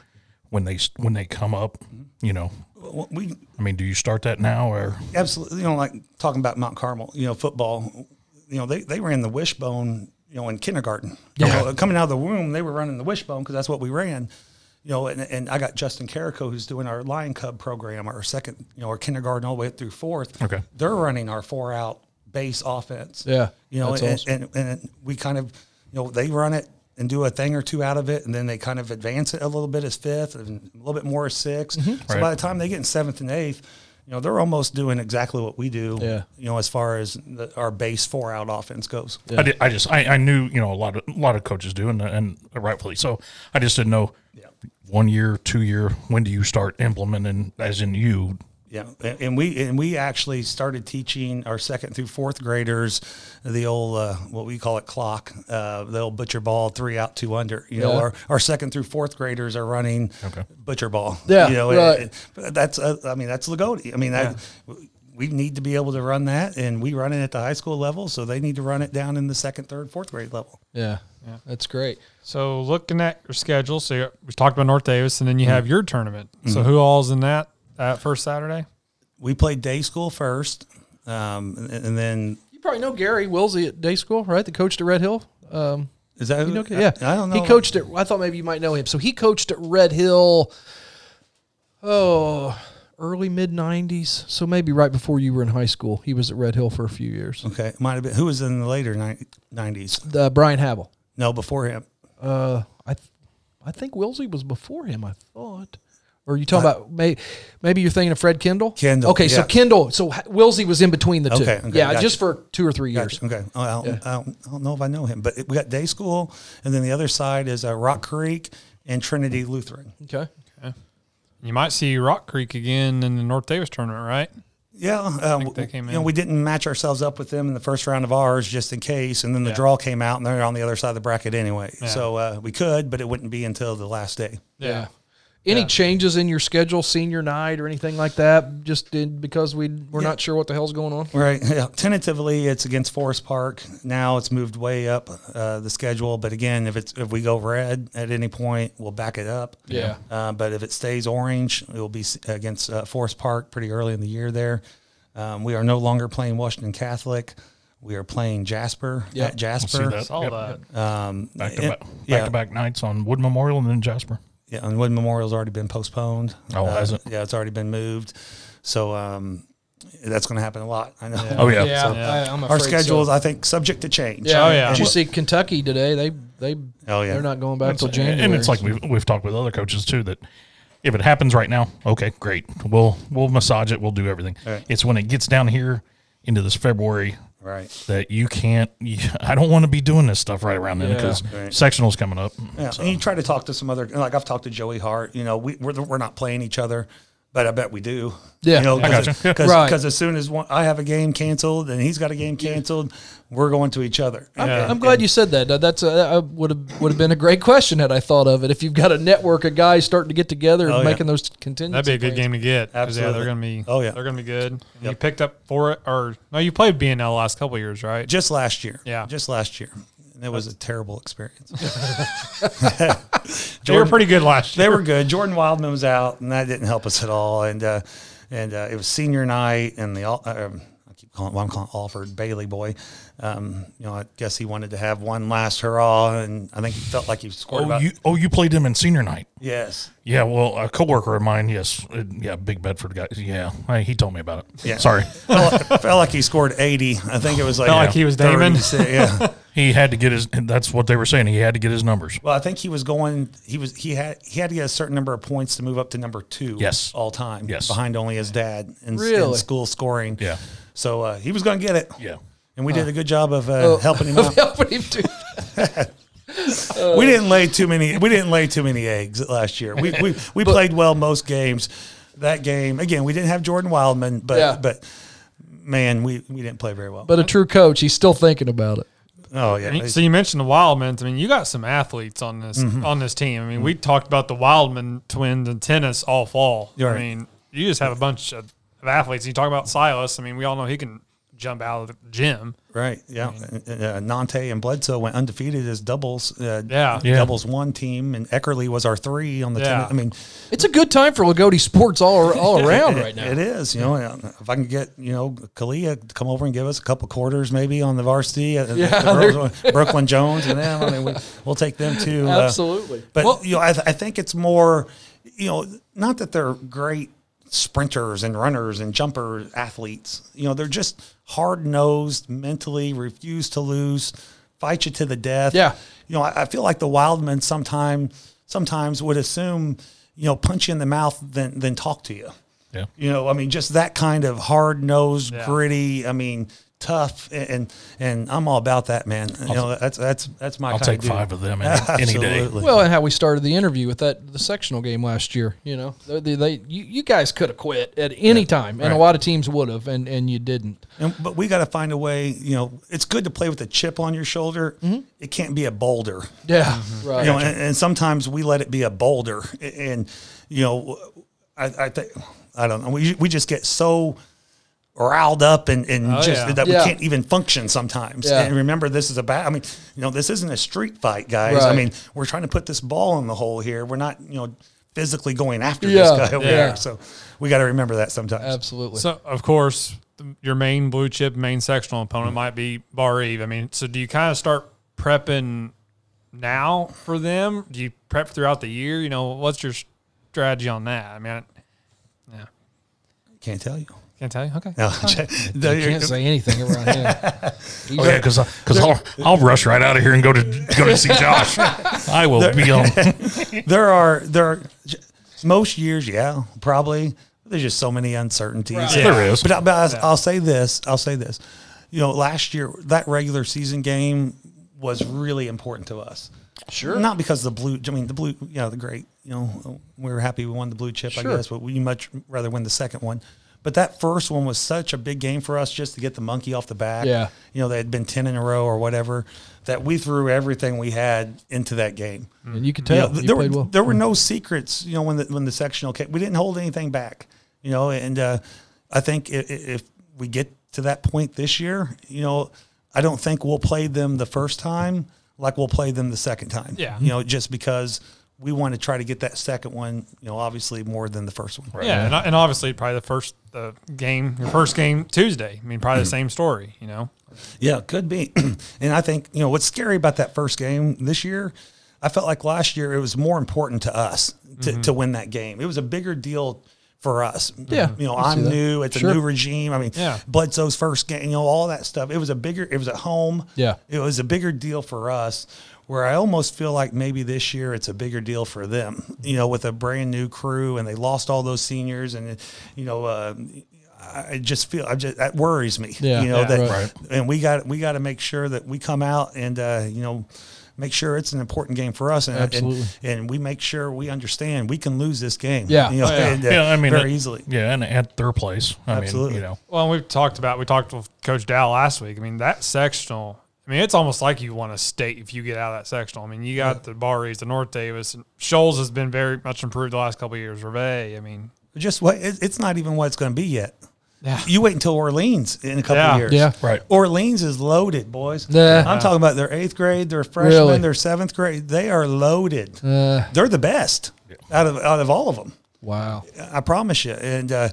when they s- when they come up." You know,
Well, We
I mean, do you start that now or
absolutely, you know, like talking about Mount Carmel, you know, football, you know, they, they ran the wishbone, you know, in kindergarten. You know, coming out of the womb, they were running the wishbone because that's what we ran. You know, and, and I got Justin Carrico who's doing our Lion Cub program, our second, you know, our kindergarten all the way up through fourth.
Okay.
They're running our four out base offense.
Yeah,
You know,
that's
and,
awesome.
and, and we kind of, you know, they run it and do a thing or two out of it, and then they kind of advance it a little bit as fifth and a little bit more as 6th So
Right.
by the time they get in seventh and eighth, you know, they're almost doing exactly what we do.
Yeah.
You know, as far as the, our base four out offense goes.
I, did, I just I, I knew you know a lot of a lot of coaches do and and rightfully so. I just didn't know one year, two year. When do you start implementing? As in you,
Yeah, and, and we and we actually started teaching our second through fourth graders the old uh, what we call it clock, uh, the old butcher ball three out two under. You know,
Yeah.
our, our second through fourth graders are running butcher ball.
Yeah,
you know,
right.
and- but that's uh, I mean that's Lagodi. I mean that. We need to be able to run that, and we run it at the high school level, so they need to run it down in the second, third, fourth grade level.
Yeah. That's great.
So looking at your schedule, so you- we talked about North Davis, and then
Mm-hmm.
you have your tournament. So who all's in that that first Saturday?
We played day school first, um, and, and then
You probably know Gary Wilsey at day school, right? The coach at Red Hill. Um,
is that who-
you know, yeah.
I, I don't know.
He coached at. I thought maybe you might know him. So he coached at Red Hill. Oh, early mid 90s. So maybe right before you were in high school, he was at Red Hill for a few years.
Okay, might have been who was in the later nineties.
Uh, Brian Havel.
No, before him.
Uh, I, th- I think Wilsey was before him. I thought. Or are you talking about may- maybe you're thinking of Fred Kendall?
Kendall,
Okay, so
yeah.
Kendall. So H- Wilsey was in between the two.
Okay, okay,
yeah,
gotcha.
just for two or three years.
Gotcha. Okay. Oh, I, don't, I, don't, I don't know if I know him, but it- we got day school, and then the other side is uh, Rock Creek and Trinity Lutheran.
Okay.
You might see Rock Creek again in the North Davis tournament, right?
Yeah, uh, w-
they came
you know,
in.
we didn't match ourselves up with them in the first round of ours just in case, and then the
Yeah.
draw came out, and they're on the other side of the bracket anyway. So uh, we could, but it wouldn't be until the last day.
Yeah. Any changes in your schedule, senior night or anything like that? Just did, because we we're not sure what the hell's going on.
Right. Yeah. Tentatively, it's against Forest Park. Now it's moved way up uh, the schedule. But again, if it's if we go red at any point, we'll back it up.
Yeah.
Uh, but if it stays orange, it will be s- against uh, Forest Park pretty early in the year. There, um, we are no longer playing Washington Catholic. We are playing Jasper
Yeah.
at Jasper.
that.
Saw
Yep.
that.
Um,
Back to
it-
back, back
yeah.
to back nights on Wood Memorial and then Jasper.
Yeah, and Wood Memorial's already been postponed. Uh,
Oh, has it?
Yeah, it's already been moved. So um, that's going to happen a lot. I know.
Oh yeah.
Yeah,
Yeah.
I, am
Our schedules, I think, subject to change.
Yeah,
Oh, yeah.
Did you see Kentucky today? They they
Oh, yeah.
they're not going back till
It's-
January.
And it's like we've, we've talked with other coaches too that if it happens right now, okay, great. We'll we'll massage it. We'll do everything.
Right.
It's when it gets down here into this February
Right.
that you can't. You, I don't want to be doing this stuff right around then
Yeah.
because
Right.
sectional's coming up.
Yeah,
So,
and you try to talk to some other like I've talked to Joey Hart. You know, we we're, we're not playing each other, but I bet we do.
Yeah.
you know,
I
because
gotcha.
Right.
as soon as one, I have a game canceled and he's got a game canceled, we're going to each other.
I'm, I'm glad you said that. That- That's a, that uh, would have would have been a great question had I thought of it. If you've got a network of guys starting to get together and
Oh, yeah.
making those contingency,
That'd be a good game to get. 'cause, Yeah,
Absolutely.
they're gonna be.
Oh, yeah.
they're gonna be good. And You picked up for it, or no? You played BNL the last couple of years, right?
Just last year,
Yeah.
just last year, and it was a terrible experience.
they were pretty good last
they
year.
were good. Jordan Wildman was out, and that didn't help us at all. And uh, and uh, it was senior night, and the Al- um, I keep calling well, I'm calling Alford Bailey boy. Um, you know, I guess he wanted to have one last hurrah, and I think he felt like he scored
oh
about
you oh you played him in senior night.
yes.
Yeah, well, a coworker of mine, yes, uh, yeah, Big Bedford guy, yeah, hey, he told me about it.
Yeah.
Sorry,
felt, felt like he scored 80. I think it was like
Felt like he was Damon.
36, Yeah.
he had to get his. That's what they were saying. He had to get his numbers.
Well, I think he was going. He was he had he had to get a certain number of points to move up to number two.
Yes.
all time.
Yes.
behind only his dad in, in
Really?
school scoring.
Yeah.
So uh, he was going to get it.
Yeah,
And we did a good job of uh,
Oh.
helping him
of
out.
helping him do.
we didn't lay too many. We didn't lay too many eggs last year. We we, we played well most games. That game again, we didn't have Jordan Wildman, but
Yeah.
but man, we, we didn't play very well.
But a true coach, he's still thinking about it.
oh yeah,
And you- So you mentioned the Wildmans. I mean, you got some athletes on this
Mm-hmm.
on this team. I mean, we talked about the Wildman twins in tennis all fall.
Right.
I mean, you just have a bunch of, of athletes. You talk about Silas. I mean, we all know he can jump out of the gym.
Right. Yeah. And, uh, Nante and Bledsoe went undefeated as doubles. Uh,
Yeah.
Yeah.
Doubles one team, and Eckerly was our three on the
Yeah.
tennis. I mean,
It's a good time for Lagodi sports all all around
it-
right now.
it is. You know, and if I can get you know Kalia to come over and give us a couple quarters, maybe on the varsity. uh,
Yeah,
the
they're-
girls, uh, Brooklyn Jones and them. I mean, we, we'll take them too. uh,
Absolutely.
but
Well-
you know, I, th- I think it's more, you know, not that they're great sprinters and runners and jumper athletes. You know, they're just hard nosed, mentally refuse to lose, fight you to the death.
Yeah.
You know, I, I feel like the Wildmen sometime sometimes would assume, you know, punch you in the mouth then then talk to you.
yeah.
You know, I mean, just that kind of hard nosed,
Yeah.
gritty. I mean, tough, and and, and I'm all about that, man. you know, that's that's that's my.
I'll
kind
take
dude.
five of them any, any day.
Absolutely.
Well, and how we started the interview with that the sectional game last year. You know, they, they, they- you, you guys could have quit at any time, and a
Right.
lot of teams would have, and and you didn't.
And, but we got to find a way. You know, it's good to play with a chip on your shoulder.
Mm-hmm.
It can't be a boulder.
Yeah, right.
Mm-hmm. You know, and, and sometimes we let it be a boulder. A- And you know, I, I think I don't know. We we just get so riled up and, and
Oh,
just
yeah.
that
Yeah.
we can't even function sometimes.
Yeah.
And remember, this is a bat. I mean, you know, this isn't a street fight, guys. I
Right.
mean, we're trying to put this ball in the hole here. We're not, you know, physically going after
Yeah.
this guy over
Yeah.
there. So we got to remember that sometimes.
Absolutely.
So of course, th- your main blue chip, main sectional
Mm-hmm.
opponent might be Bar Eve. I mean, so do you kind of start prepping now for them? Do you prep throughout the year? You know, what's your strategy on that? I mean, I-
Can't tell you.
Can't tell you. Okay.
No, no,
You can't say anything around here.
Oh yeah, because because I'll I'll rush right out of here and go to go to see Josh. I will be on.
there are there are j- most years, yeah, probably. There's just so many uncertainties.
Yeah. There is.
But, I, but I'll, I'll say this. I'll say this. You know, last year that regular season game was really important to us. Sure. Not because the blue. I mean, the blue. You know, the great. You know, we were happy we won the blue chip. I guess, but we much rather win the second one. But that first one was such a big game for us just to get the monkey off the back.
Yeah.
You know, they had been ten in a row or whatever. That we threw everything we had into that game.
And you can
Yeah,
tell.
th-
you
there
played
were
well.
there were no secrets. You know, when the when the sectional came, we didn't hold anything back. You know, and uh, I think if, if we get to that point this year, you know, I don't think we'll play them the first time like we'll play them the second time.
Yeah.
you know, just because we want to try to get that second one. You know, obviously more than the first one.
Yeah, and, and obviously probably the first the game, your first game Tuesday. I mean, probably the same story. You know,
Yeah, could be. and I think, you know, what's scary about that first game this year, I felt like last year it was more important to us to,
Mm-hmm.
to win that game. It was a bigger deal for us.
Yeah,
You know,
I see
I'm
that.
new, it's
Sure.
a new regime. I mean,
Yeah.
Bledsoe's first game, you know, all that stuff. It was a bigger it was at home.
Yeah.
It was a bigger deal for us where I almost feel like maybe this year it's a bigger deal for them, you know, with a brand new crew and they lost all those seniors and, you know, uh, I I just feel I just that worries me.
Yeah.
you know
Yeah.
that
Right.
and we got we got to make sure that we come out and uh, you know make sure it's an important game for us and,
Absolutely.
and and we make sure we understand we can lose this game
Yeah.
you know,
Oh, yeah.
and, uh,
Yeah, I mean
very
uh,
easily
Yeah, and at their place. I
Absolutely.
mean, you know,
well, we've talked about we talked with Coach Dow last week. I mean, that sectional. I mean, it's almost like you want to state if you get out of that sectional. I mean, you got the Barries, the North Davis, and Shoals has been very much improved the last couple of years. Reve, I mean,
just what it, it's not even what it's going to be yet
Yeah.
you wait until Orleans in a couple
Yeah.
years
Yeah.
right.
Orleans is loaded boys
Yeah.
I'm talking about their eighth grade their freshman
Really?
their seventh grade they are loaded
Uh,
they're the best out of out of all of them
wow.
I promise you and uh,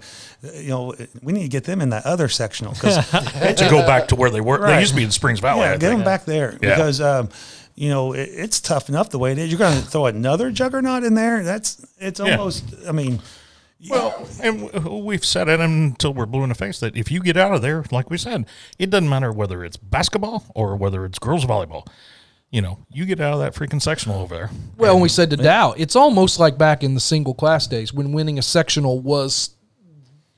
you know we need to get them in that other sectional because
to go back to where they were. They
Right.
used to be in Springs Valley.
Yeah,
I
get
think.
them back there
Yeah.
because um, you know it, it's tough enough the way it is. You're going to throw another juggernaut in there. That's it's
Yeah.
almost. I mean,
Well, and w- uh, we've said it until we're blue in the face that if you get out of there, like we said, it doesn't matter whether it's basketball or whether it's girls volleyball. You know, you get out of that freaking sectional over there.
Well, and we said to Dow, it's almost like back in the single class days when winning a sectional was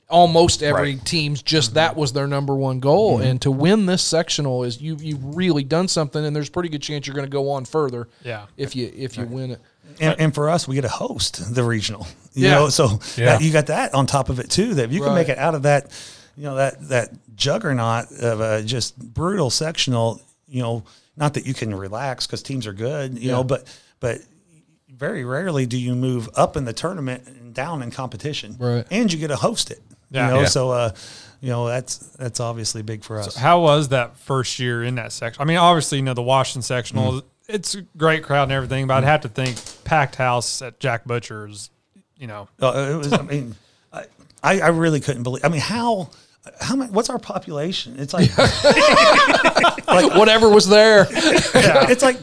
almost every
Right.
team's just that was their number one goal. And to win this sectional is you've you've really done something, and there's a pretty good chance you're going to go on further.
Yeah.
if you if you win it.
and, and for us, we get to host the regional. You
Yeah.
know, so
Yeah.
that, you got that on top of it too. That if you can make
Right.
it out of that, you know that that juggernaut of a just brutal sectional. You know, not that you can relax because teams are good. You
Yeah.
know, but but very rarely do you move up in the tournament and down in competition.
Right.
And you get to host it.
Yeah.
You know,
Yeah.
so uh, you know, that's that's obviously big for us.
how was that first year in that section? I mean, obviously, you know, the Washington sectional, it's a great crowd and everything, but I'd have to think packed house at Jack Butcher's. You know,
Uh, it was. I mean, I, I I really couldn't believe. I mean, how how much? What's our population? It's like
Whatever was there,
it's like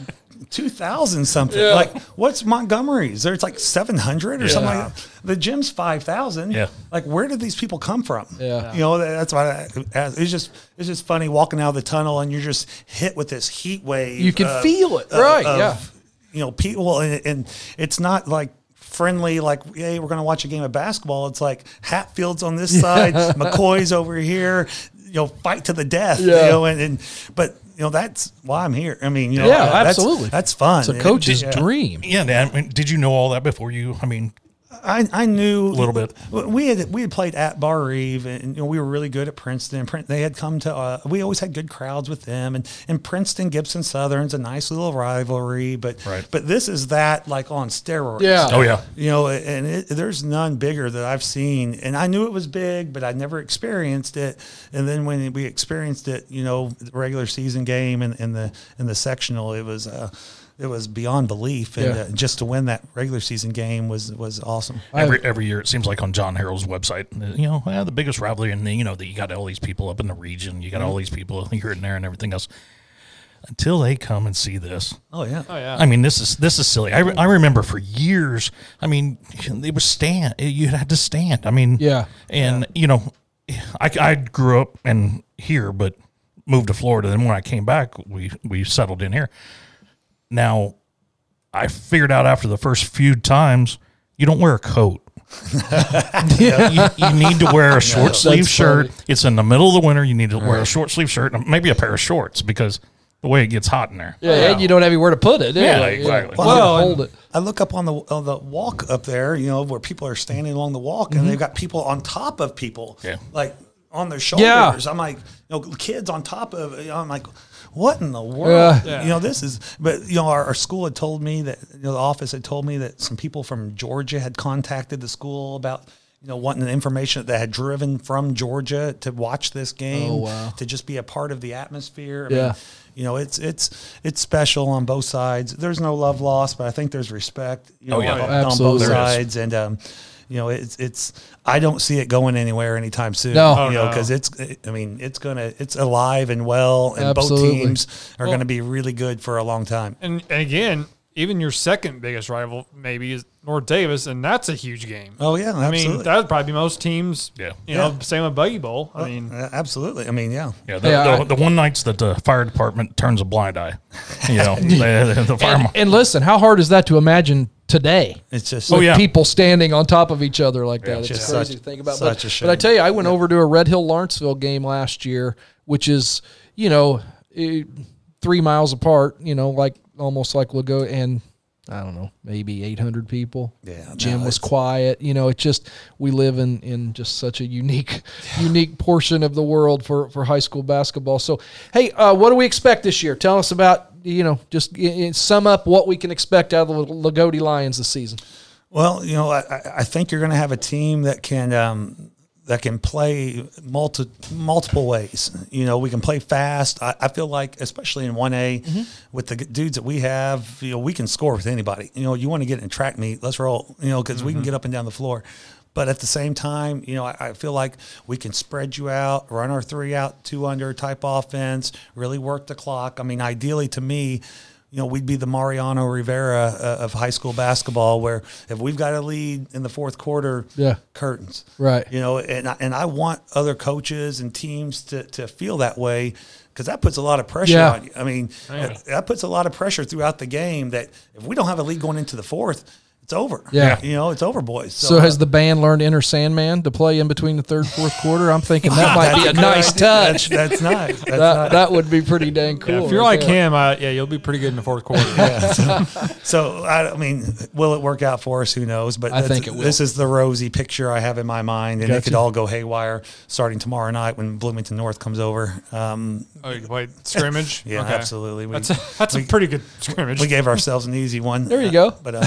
two thousand something. Like what's Montgomery's? There's like seven hundred or something like that. The gym's five thousand.
Yeah.
Like where did these people come from?
Yeah.
You know that- that's why I, it's just it's just funny walking out of the tunnel and you're just hit with this heat wave.
You can
of-
feel it,
of-
right,
of,
yeah.
You know people and, and it's not like. Friendly, like, hey, we're going to watch a game of basketball. It's like Hatfield's on this side, McCoy's over here. You know, fight to the death.
Yeah.
You know, and, and but you know that's why I'm here. I mean, you know,
Yeah,
uh, that's-
absolutely.
That's fun.
it's a coach's dream.
Yeah, man, I mean, did you know all that before you? I mean,
I, I knew a
Little bit.
We had we had played at Bar Eve, and you know, we were really good at Princeton. Prin- They had come to. Uh, we always had good crowds with them, and and Princeton Gibson Southern's a nice little rivalry. But
Right.
but this is that like on steroids.
Yeah.
oh yeah,
You know, and it, there's none bigger that I've seen. And I knew it was big, but I never experienced it. And then when we experienced it, you know, the regular season game and, and the and the sectional, it was uh, it was beyond belief. And
Yeah.
uh, just to win that regular season game was was awesome.
every every year it seems like on John Harrell's website, uh, you know, yeah, the biggest rivalry, and then, you know that you got all these people up in the region, you got all these people here and there, and everything else. until they come and see this.
Oh yeah.
Oh yeah.
I mean, this is this is silly. I, re- I remember for years. I mean, it was stand. You had to stand. I mean,
Yeah.
And you know, I, I grew up and here, but moved to Florida. And when I came back, we we settled in here. Now, I figured out after the first few times, you don't wear a coat. you, you need to wear a short sleeve
That's
shirt. It's in the middle of the winter. You need to wear a short sleeve shirt and maybe a pair of shorts because the way it gets hot in there.
Yeah, and you don't have anywhere to put it.
Yeah,
Yeah,
exactly.
Well,
hold it.
I look up on the on the walk up there, you know, where people are standing along the walk, and
Mm-hmm.
they've got people on top of people,
Yeah.
like on their shoulders.
Yeah.
I'm like, you know, kids on top of. you know, I'm like, what in the world?
Yeah.
You know, this is. But you know, our, our school had told me that you know the office had told me that some people from Georgia had contacted the school about. You know, wanting the information that had driven from Georgia to watch this game,
Oh, wow.
to just be a part of the atmosphere. I mean,
Yeah.
you know, it's it's it's special on both sides. There's no love lost, but I think there's respect. You know,
Oh, yeah.
on,
Absolutely.
on
There
both
is.
sides, and um, you know, it's it's. I don't see it going anywhere anytime soon.
No.
Oh,
you know,
no.
because it's. I mean, it's gonna it's alive and well, and both
Absolutely.
teams are gonna be really good for a long time.
and, and again, even your second biggest rival maybe is North Davis, and that's a huge game.
Oh yeah,
I mean,
absolutely.
that would probably be most teams.
Yeah.
You
Yeah.
know, same with Buggy Bowl. I mean,
Uh, absolutely. I mean, yeah.
Yeah, the,
Yeah,
the,
I-
the one nights that the fire department turns a blind eye, you know, the, the fire.
And, and listen, how hard is that to imagine today?
It's just.
Oh,
with
yeah.
people standing on top of each other like that. It's
just
crazy
such-
to think about. but,
such a
but I
shame.
tell you, I went over to a Red Hill Lawrenceville game last year, which is you know eh, three miles apart. You know, like almost like Lago and I don't know, maybe 800 people.
Yeah, no,
gym was
it's-
quiet. You know, it just we live in in just such a unique unique portion of the world for for high school basketball. So, hey, uh, what do we expect this year? Tell us about you know just eh, eh, sum up what we can expect out of the Lagodi Lions this season.
Well, you know, I, I- I think you're going to have a team that can um, that can play multi, multiple ways. You know, we can play fast. I, I feel like, especially in one A, with the dudes that we have, you know, we can score with anybody. You know, you want to get in track meet, let's roll. You know, because we can get up and down the floor. But at the same time, you know, I, I feel like we can spread you out, run our three out, two under type offense, really work the clock. I mean, ideally to me, you know, we'd be the Mariano Rivera uh, of high school basketball, where if we've got a lead in the fourth quarter,
Yeah.
curtains,
Right.
You know, and I, and I want other coaches and teams to to feel that way because that puts a lot of pressure
Yeah.
on you. I mean, that, that puts a lot of pressure throughout the game. That if we don't have a lead going into the fourth, it's over.
Yeah.
you know, it's over, boys.
So has the band learned Inner Sandman to play in between the third, fourth quarter? I'm thinking that might be a nice touch.
that's nice. That's
That, that would be pretty dang cool.
yeah, if you're
right
like
there.
him, uh, yeah, you'll be pretty good in the fourth quarter.
So I, I mean, will it work out for us? Who knows? But
I
that's-
think it will.
This is the rosy picture I have in my mind, and it could
Gotcha.
all go haywire starting tomorrow night when Bloomington North comes over. Um,
Oh, wait, scrimmage?
Yeah, absolutely. We-
that's a, that's
we-
a pretty good scrimmage.
we gave ourselves an easy one.
There you go.
But uh,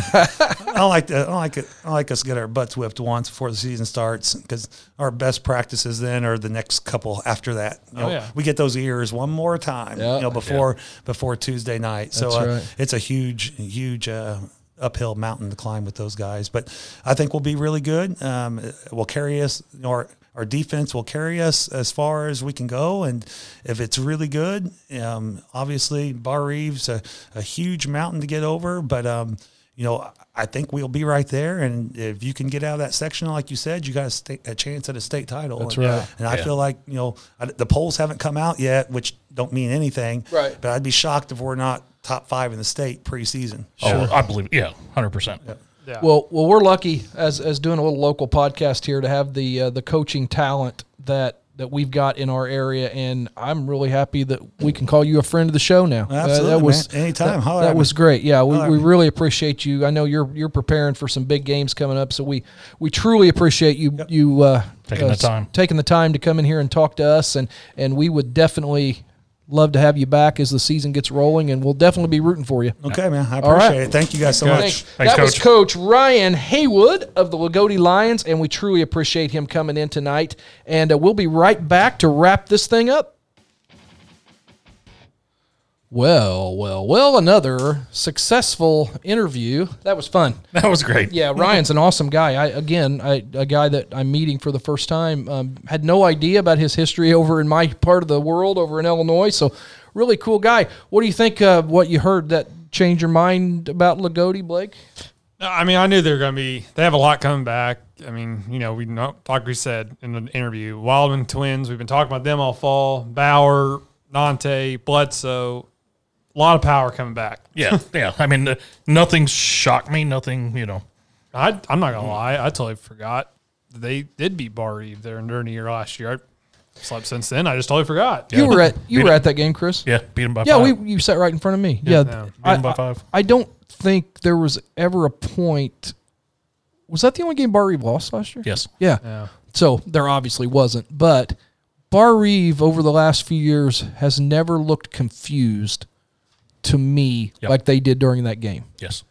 I don't like to, I don't like it. I like us to get our butts whipped once before the season starts because our best practices then are the next couple after that. You know,
yeah.
we get those ears one more time.
Oh, Yeah.
You know before before Tuesday night. So
That's
uh,
right.
it's a huge huge. Uh, uphill mountain to climb with those guys but i think we'll be really good um it will carry us you know, our our defense will carry us as far as we can go. And if it's really good, um, obviously Bar Reeves a, a huge mountain to get over, but um, you know I think we'll be right there. And if you can get out of that section, like you said, you got a, sta- a chance at a state title. That's and, uh,
right.
And I
Yeah.
feel like you know I, the polls haven't come out yet, which don't mean anything.
Right.
But I'd be shocked if we're not top five in the state preseason.
Oh, I believe. Yeah, hundred percent.
yeah.
Well, well, we're lucky as as doing a little local podcast here to have the uh, the coaching talent that that we've got in our area, and I'm really happy that we can call you a friend of the show now. Uh,
Absolutely,
that was
man. Anytime.
That,
Holler
that
at me.
was great. Yeah, we,
Holler at
we
me.
really appreciate you. I know you're you're preparing for some big games coming up, so we we truly appreciate you you uh,
Taking
uh,
the time.
taking the time to come in here and talk to us, and and we would definitely love to have you back as the season gets rolling, and we'll definitely be rooting for you.
Okay, man. I
All
appreciate
right.
it. Thank you guys so
Thanks,
much.
Thanks.
Thanks,
that was Coach Ryan Haywood of the Lagodi Lions, and we truly appreciate him coming in tonight. And uh, we'll be right back to wrap this thing up. Well, well, well, another successful interview. That was fun.
That was great.
Yeah, Ryan's an awesome guy. I again, I, a guy that I'm meeting for the first time. Um, had no idea about his history over in my part of the world, over in Illinois. So Really cool guy. What do you think? Uh, what you heard that changed your mind about Lagodi Blake?
No, I mean, I knew they were going to be. They have a lot coming back. I mean, you know, we know, like we said in the interview, Wildman twins. We've been talking about them all fall. Bauer, Nante, Bledsoe, a lot of power coming back.
Yeah, yeah. I mean, uh, nothing shocked me. Nothing, you know.
I, I'm not
Mm.
gonna lie. I totally forgot that they did beat Bar Eve there during the year last year. I slept since then. I just totally forgot.
You were at you were at that game, Chris.
Yeah, beat them by
Yeah,
five.
we you sat right in front of me. Yeah,
Yeah. Beat
I,
'em by
I-
five.
I don't think there was ever a point. Was that the only game Bar Reeve lost last year?
Yes.
Yeah. So there obviously wasn't, but Bar Reeve over the last few years has never looked confused to me
Yep.
like they did during that game.
Yes.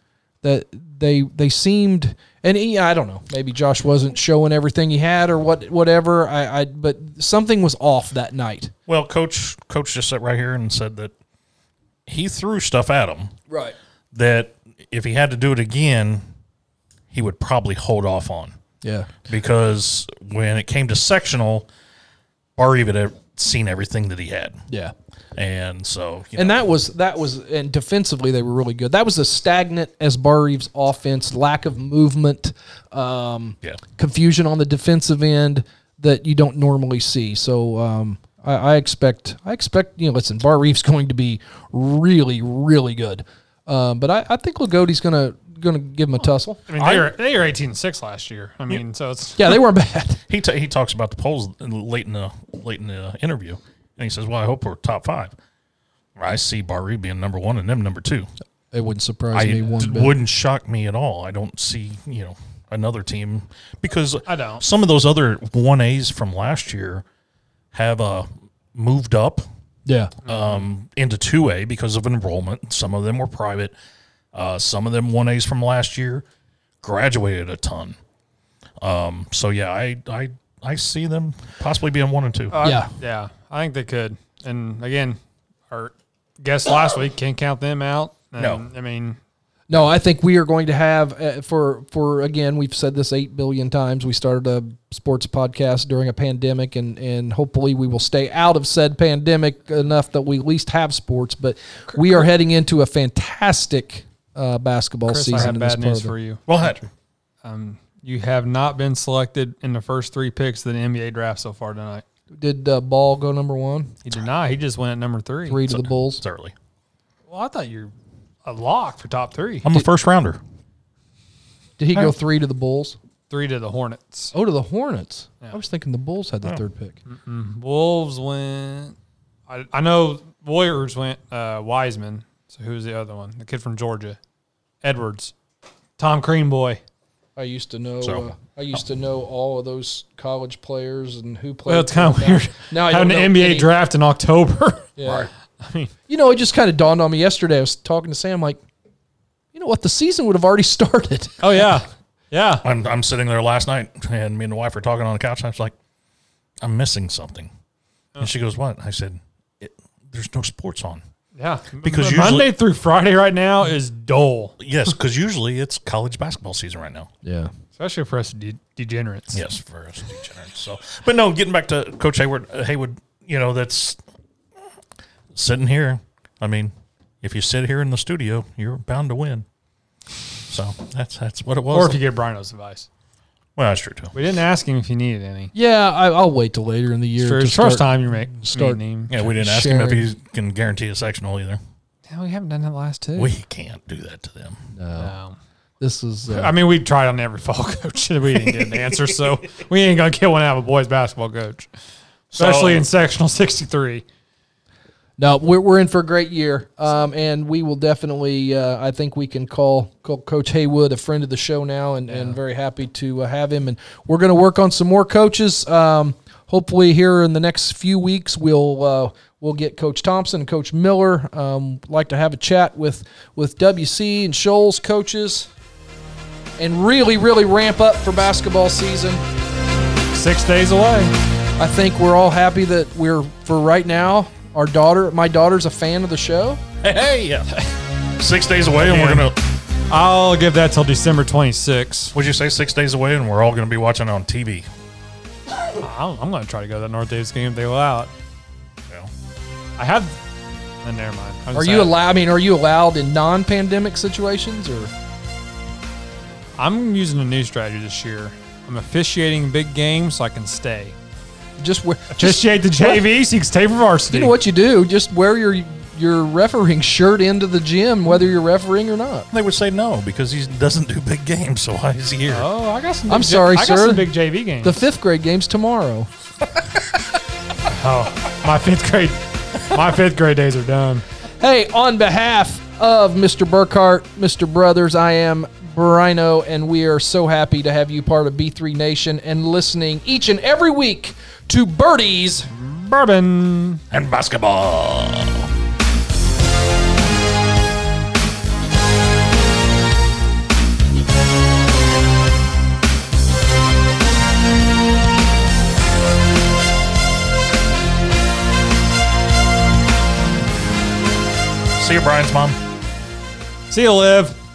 That they they seemed and he, I don't know maybe Josh wasn't showing everything he had or what whatever I, I but something was off that night.
Well, coach, coach just sat right here and said that he threw stuff at him
Right.
that if he had to do it again, he would probably hold off on
Yeah.
because when it came to sectional, Bar Eve had seen everything that he had,
Yeah.
and so you
And
know,
that was that was and defensively they were really good. That was as stagnant as Bar Reeves' offense, lack of movement, um,
Yeah.
confusion on the defensive end that you don't normally see. So um, I, I expect I expect you know listen Bar Reeves going to be really really good, uh, but I, I think Lagodi's gonna gonna give him a tussle.
I mean, they were they were 18 6 last year. I mean, so it's
Yeah, they weren't bad.
he ta- he talks about the polls late in the late in the interview, and he says, "Well, I hope we're top five. I see Bar Eve being number one and them number two.
It wouldn't surprise
I
me
it
one bit.
wouldn't shock me at all. I don't see you know another team because
I don't.
Some of those other one A's from last year have uh, moved up
Yeah,
um, into two A because of enrollment. Some of them were private. Uh, some of them one A's from last year graduated a ton. Um, so yeah, I I I see them possibly being one and two.
I-
Yeah.
yeah. I think they could. And again, our guest last week can't count them out. And,
No.
I mean,
No, I think we are going to have uh, for for again. We've said this eight billion times. We started a sports podcast during a pandemic, and and hopefully we will stay out of said pandemic enough that we at least have sports. But we are heading into a fantastic uh, basketball
Chris,
season.
I have
in this
bad
part
news
of the-
for you.
well, had
You have not been selected in the first three picks of the NBA draft so far tonight.
Did uh, Ball go number one?
He did not. He just went at number three.
Three to the Bulls.
it's early.
Well, I thought you were a lock for top three.
I'm a first rounder.
Did he go three to the Bulls?
Three to the Hornets.
Oh, to the Hornets. I was thinking the Bulls had the
Oh.
third pick.
Wolves went. I, I know Warriors went uh, Wiseman. So who's the other one? The kid from Georgia, Edwards, Tom Crean boy.
I used to know.
So-
uh, I used to know all of those college players and who played.
Well, it's kind
for
of
them.
weird.
Now I don't
having an
know
NBA
any-
draft in October.
Yeah. you know, it just kind of dawned on me yesterday. I was talking to Sam, like, you know what? The season would have already started.
oh yeah, yeah.
I'm I'm sitting there last night, and me and the wife were talking on the couch. And I was like, I'm missing something, and she goes, "What?" I said, it, "There's no sports on."
Yeah,
Because
M-
usually-
Monday through Friday right now is dull,
Yes, because usually it's college basketball season right now.
Yeah.
especially for us de- degenerates.
Yes, for us degenerates. So, but no, getting back to Coach Hayward, uh, Hayward, you know that's sitting here. I mean, if you sit here in the studio, you're bound to win. So that's that's what it was.
Or if you get Brino's advice,
well, that's true too.
we didn't ask him if he needed any.
Yeah, I, I'll wait till later in the year.
It's for
to
his first
start-
time you make
start-
start name.
Yeah, we didn't ask him
Sharing.
if he can guarantee a sectional either.
Yeah, we haven't done that last two.
We can't do that to them.
Um,
This is.
I
Uh,
mean, we tried on every fall coach and we didn't get an answer, so we ain't gonna get one out of a boys basketball coach, especially
So-
in sectional sixty-three.
no, we're, we're in for a great year, um, and we will definitely. Uh, I think we can call, call Coach Haywood a friend of the show now, and, and very happy to uh, have him. And we're going to work on some more coaches. Um, hopefully, here in the next few weeks, we'll uh, we'll get Coach Thompson and Coach Miller. Um, like to have a chat with with WC and Shoals coaches. and really, really ramp up for basketball season.
Six days away.
I think we're all happy that we're, for right now, our daughter, my daughter's a fan of the show.
Hey, hey yeah. Six days away, and we're
And-
gonna.
I'll give that till December 26th.
Would you say six days away, and we're all gonna be watching on TV?
I'm, I'm going to try to go to that North Davis game if they allow it.
Well,
I had, Then never mind. I'm
Are
just
you
sad.
allowed? I mean, are you allowed in non-pandemic situations or?
I'm using a new strategy this year. I'm officiating big games so I can stay.
just wear just
Officiate the JV so you can stay for varsity.
you know what you do just wear your your refereeing shirt into the gym whether you're refereeing or not
They would say no because he doesn't do big games. So why is he here?
Oh, I got some.
I'm
big J-
sorry,
I got
sir.
some big JV games.
the fifth grade game's tomorrow
oh, my fifth grade, my fifth grade days are done.
hey on behalf of mr burkhart mr brothers i am brino and we are so happy to have you part of b3 nation and listening each and every week to birdies
Bourbon.
And basketball. See you, Brian's mom.
See you, Liv.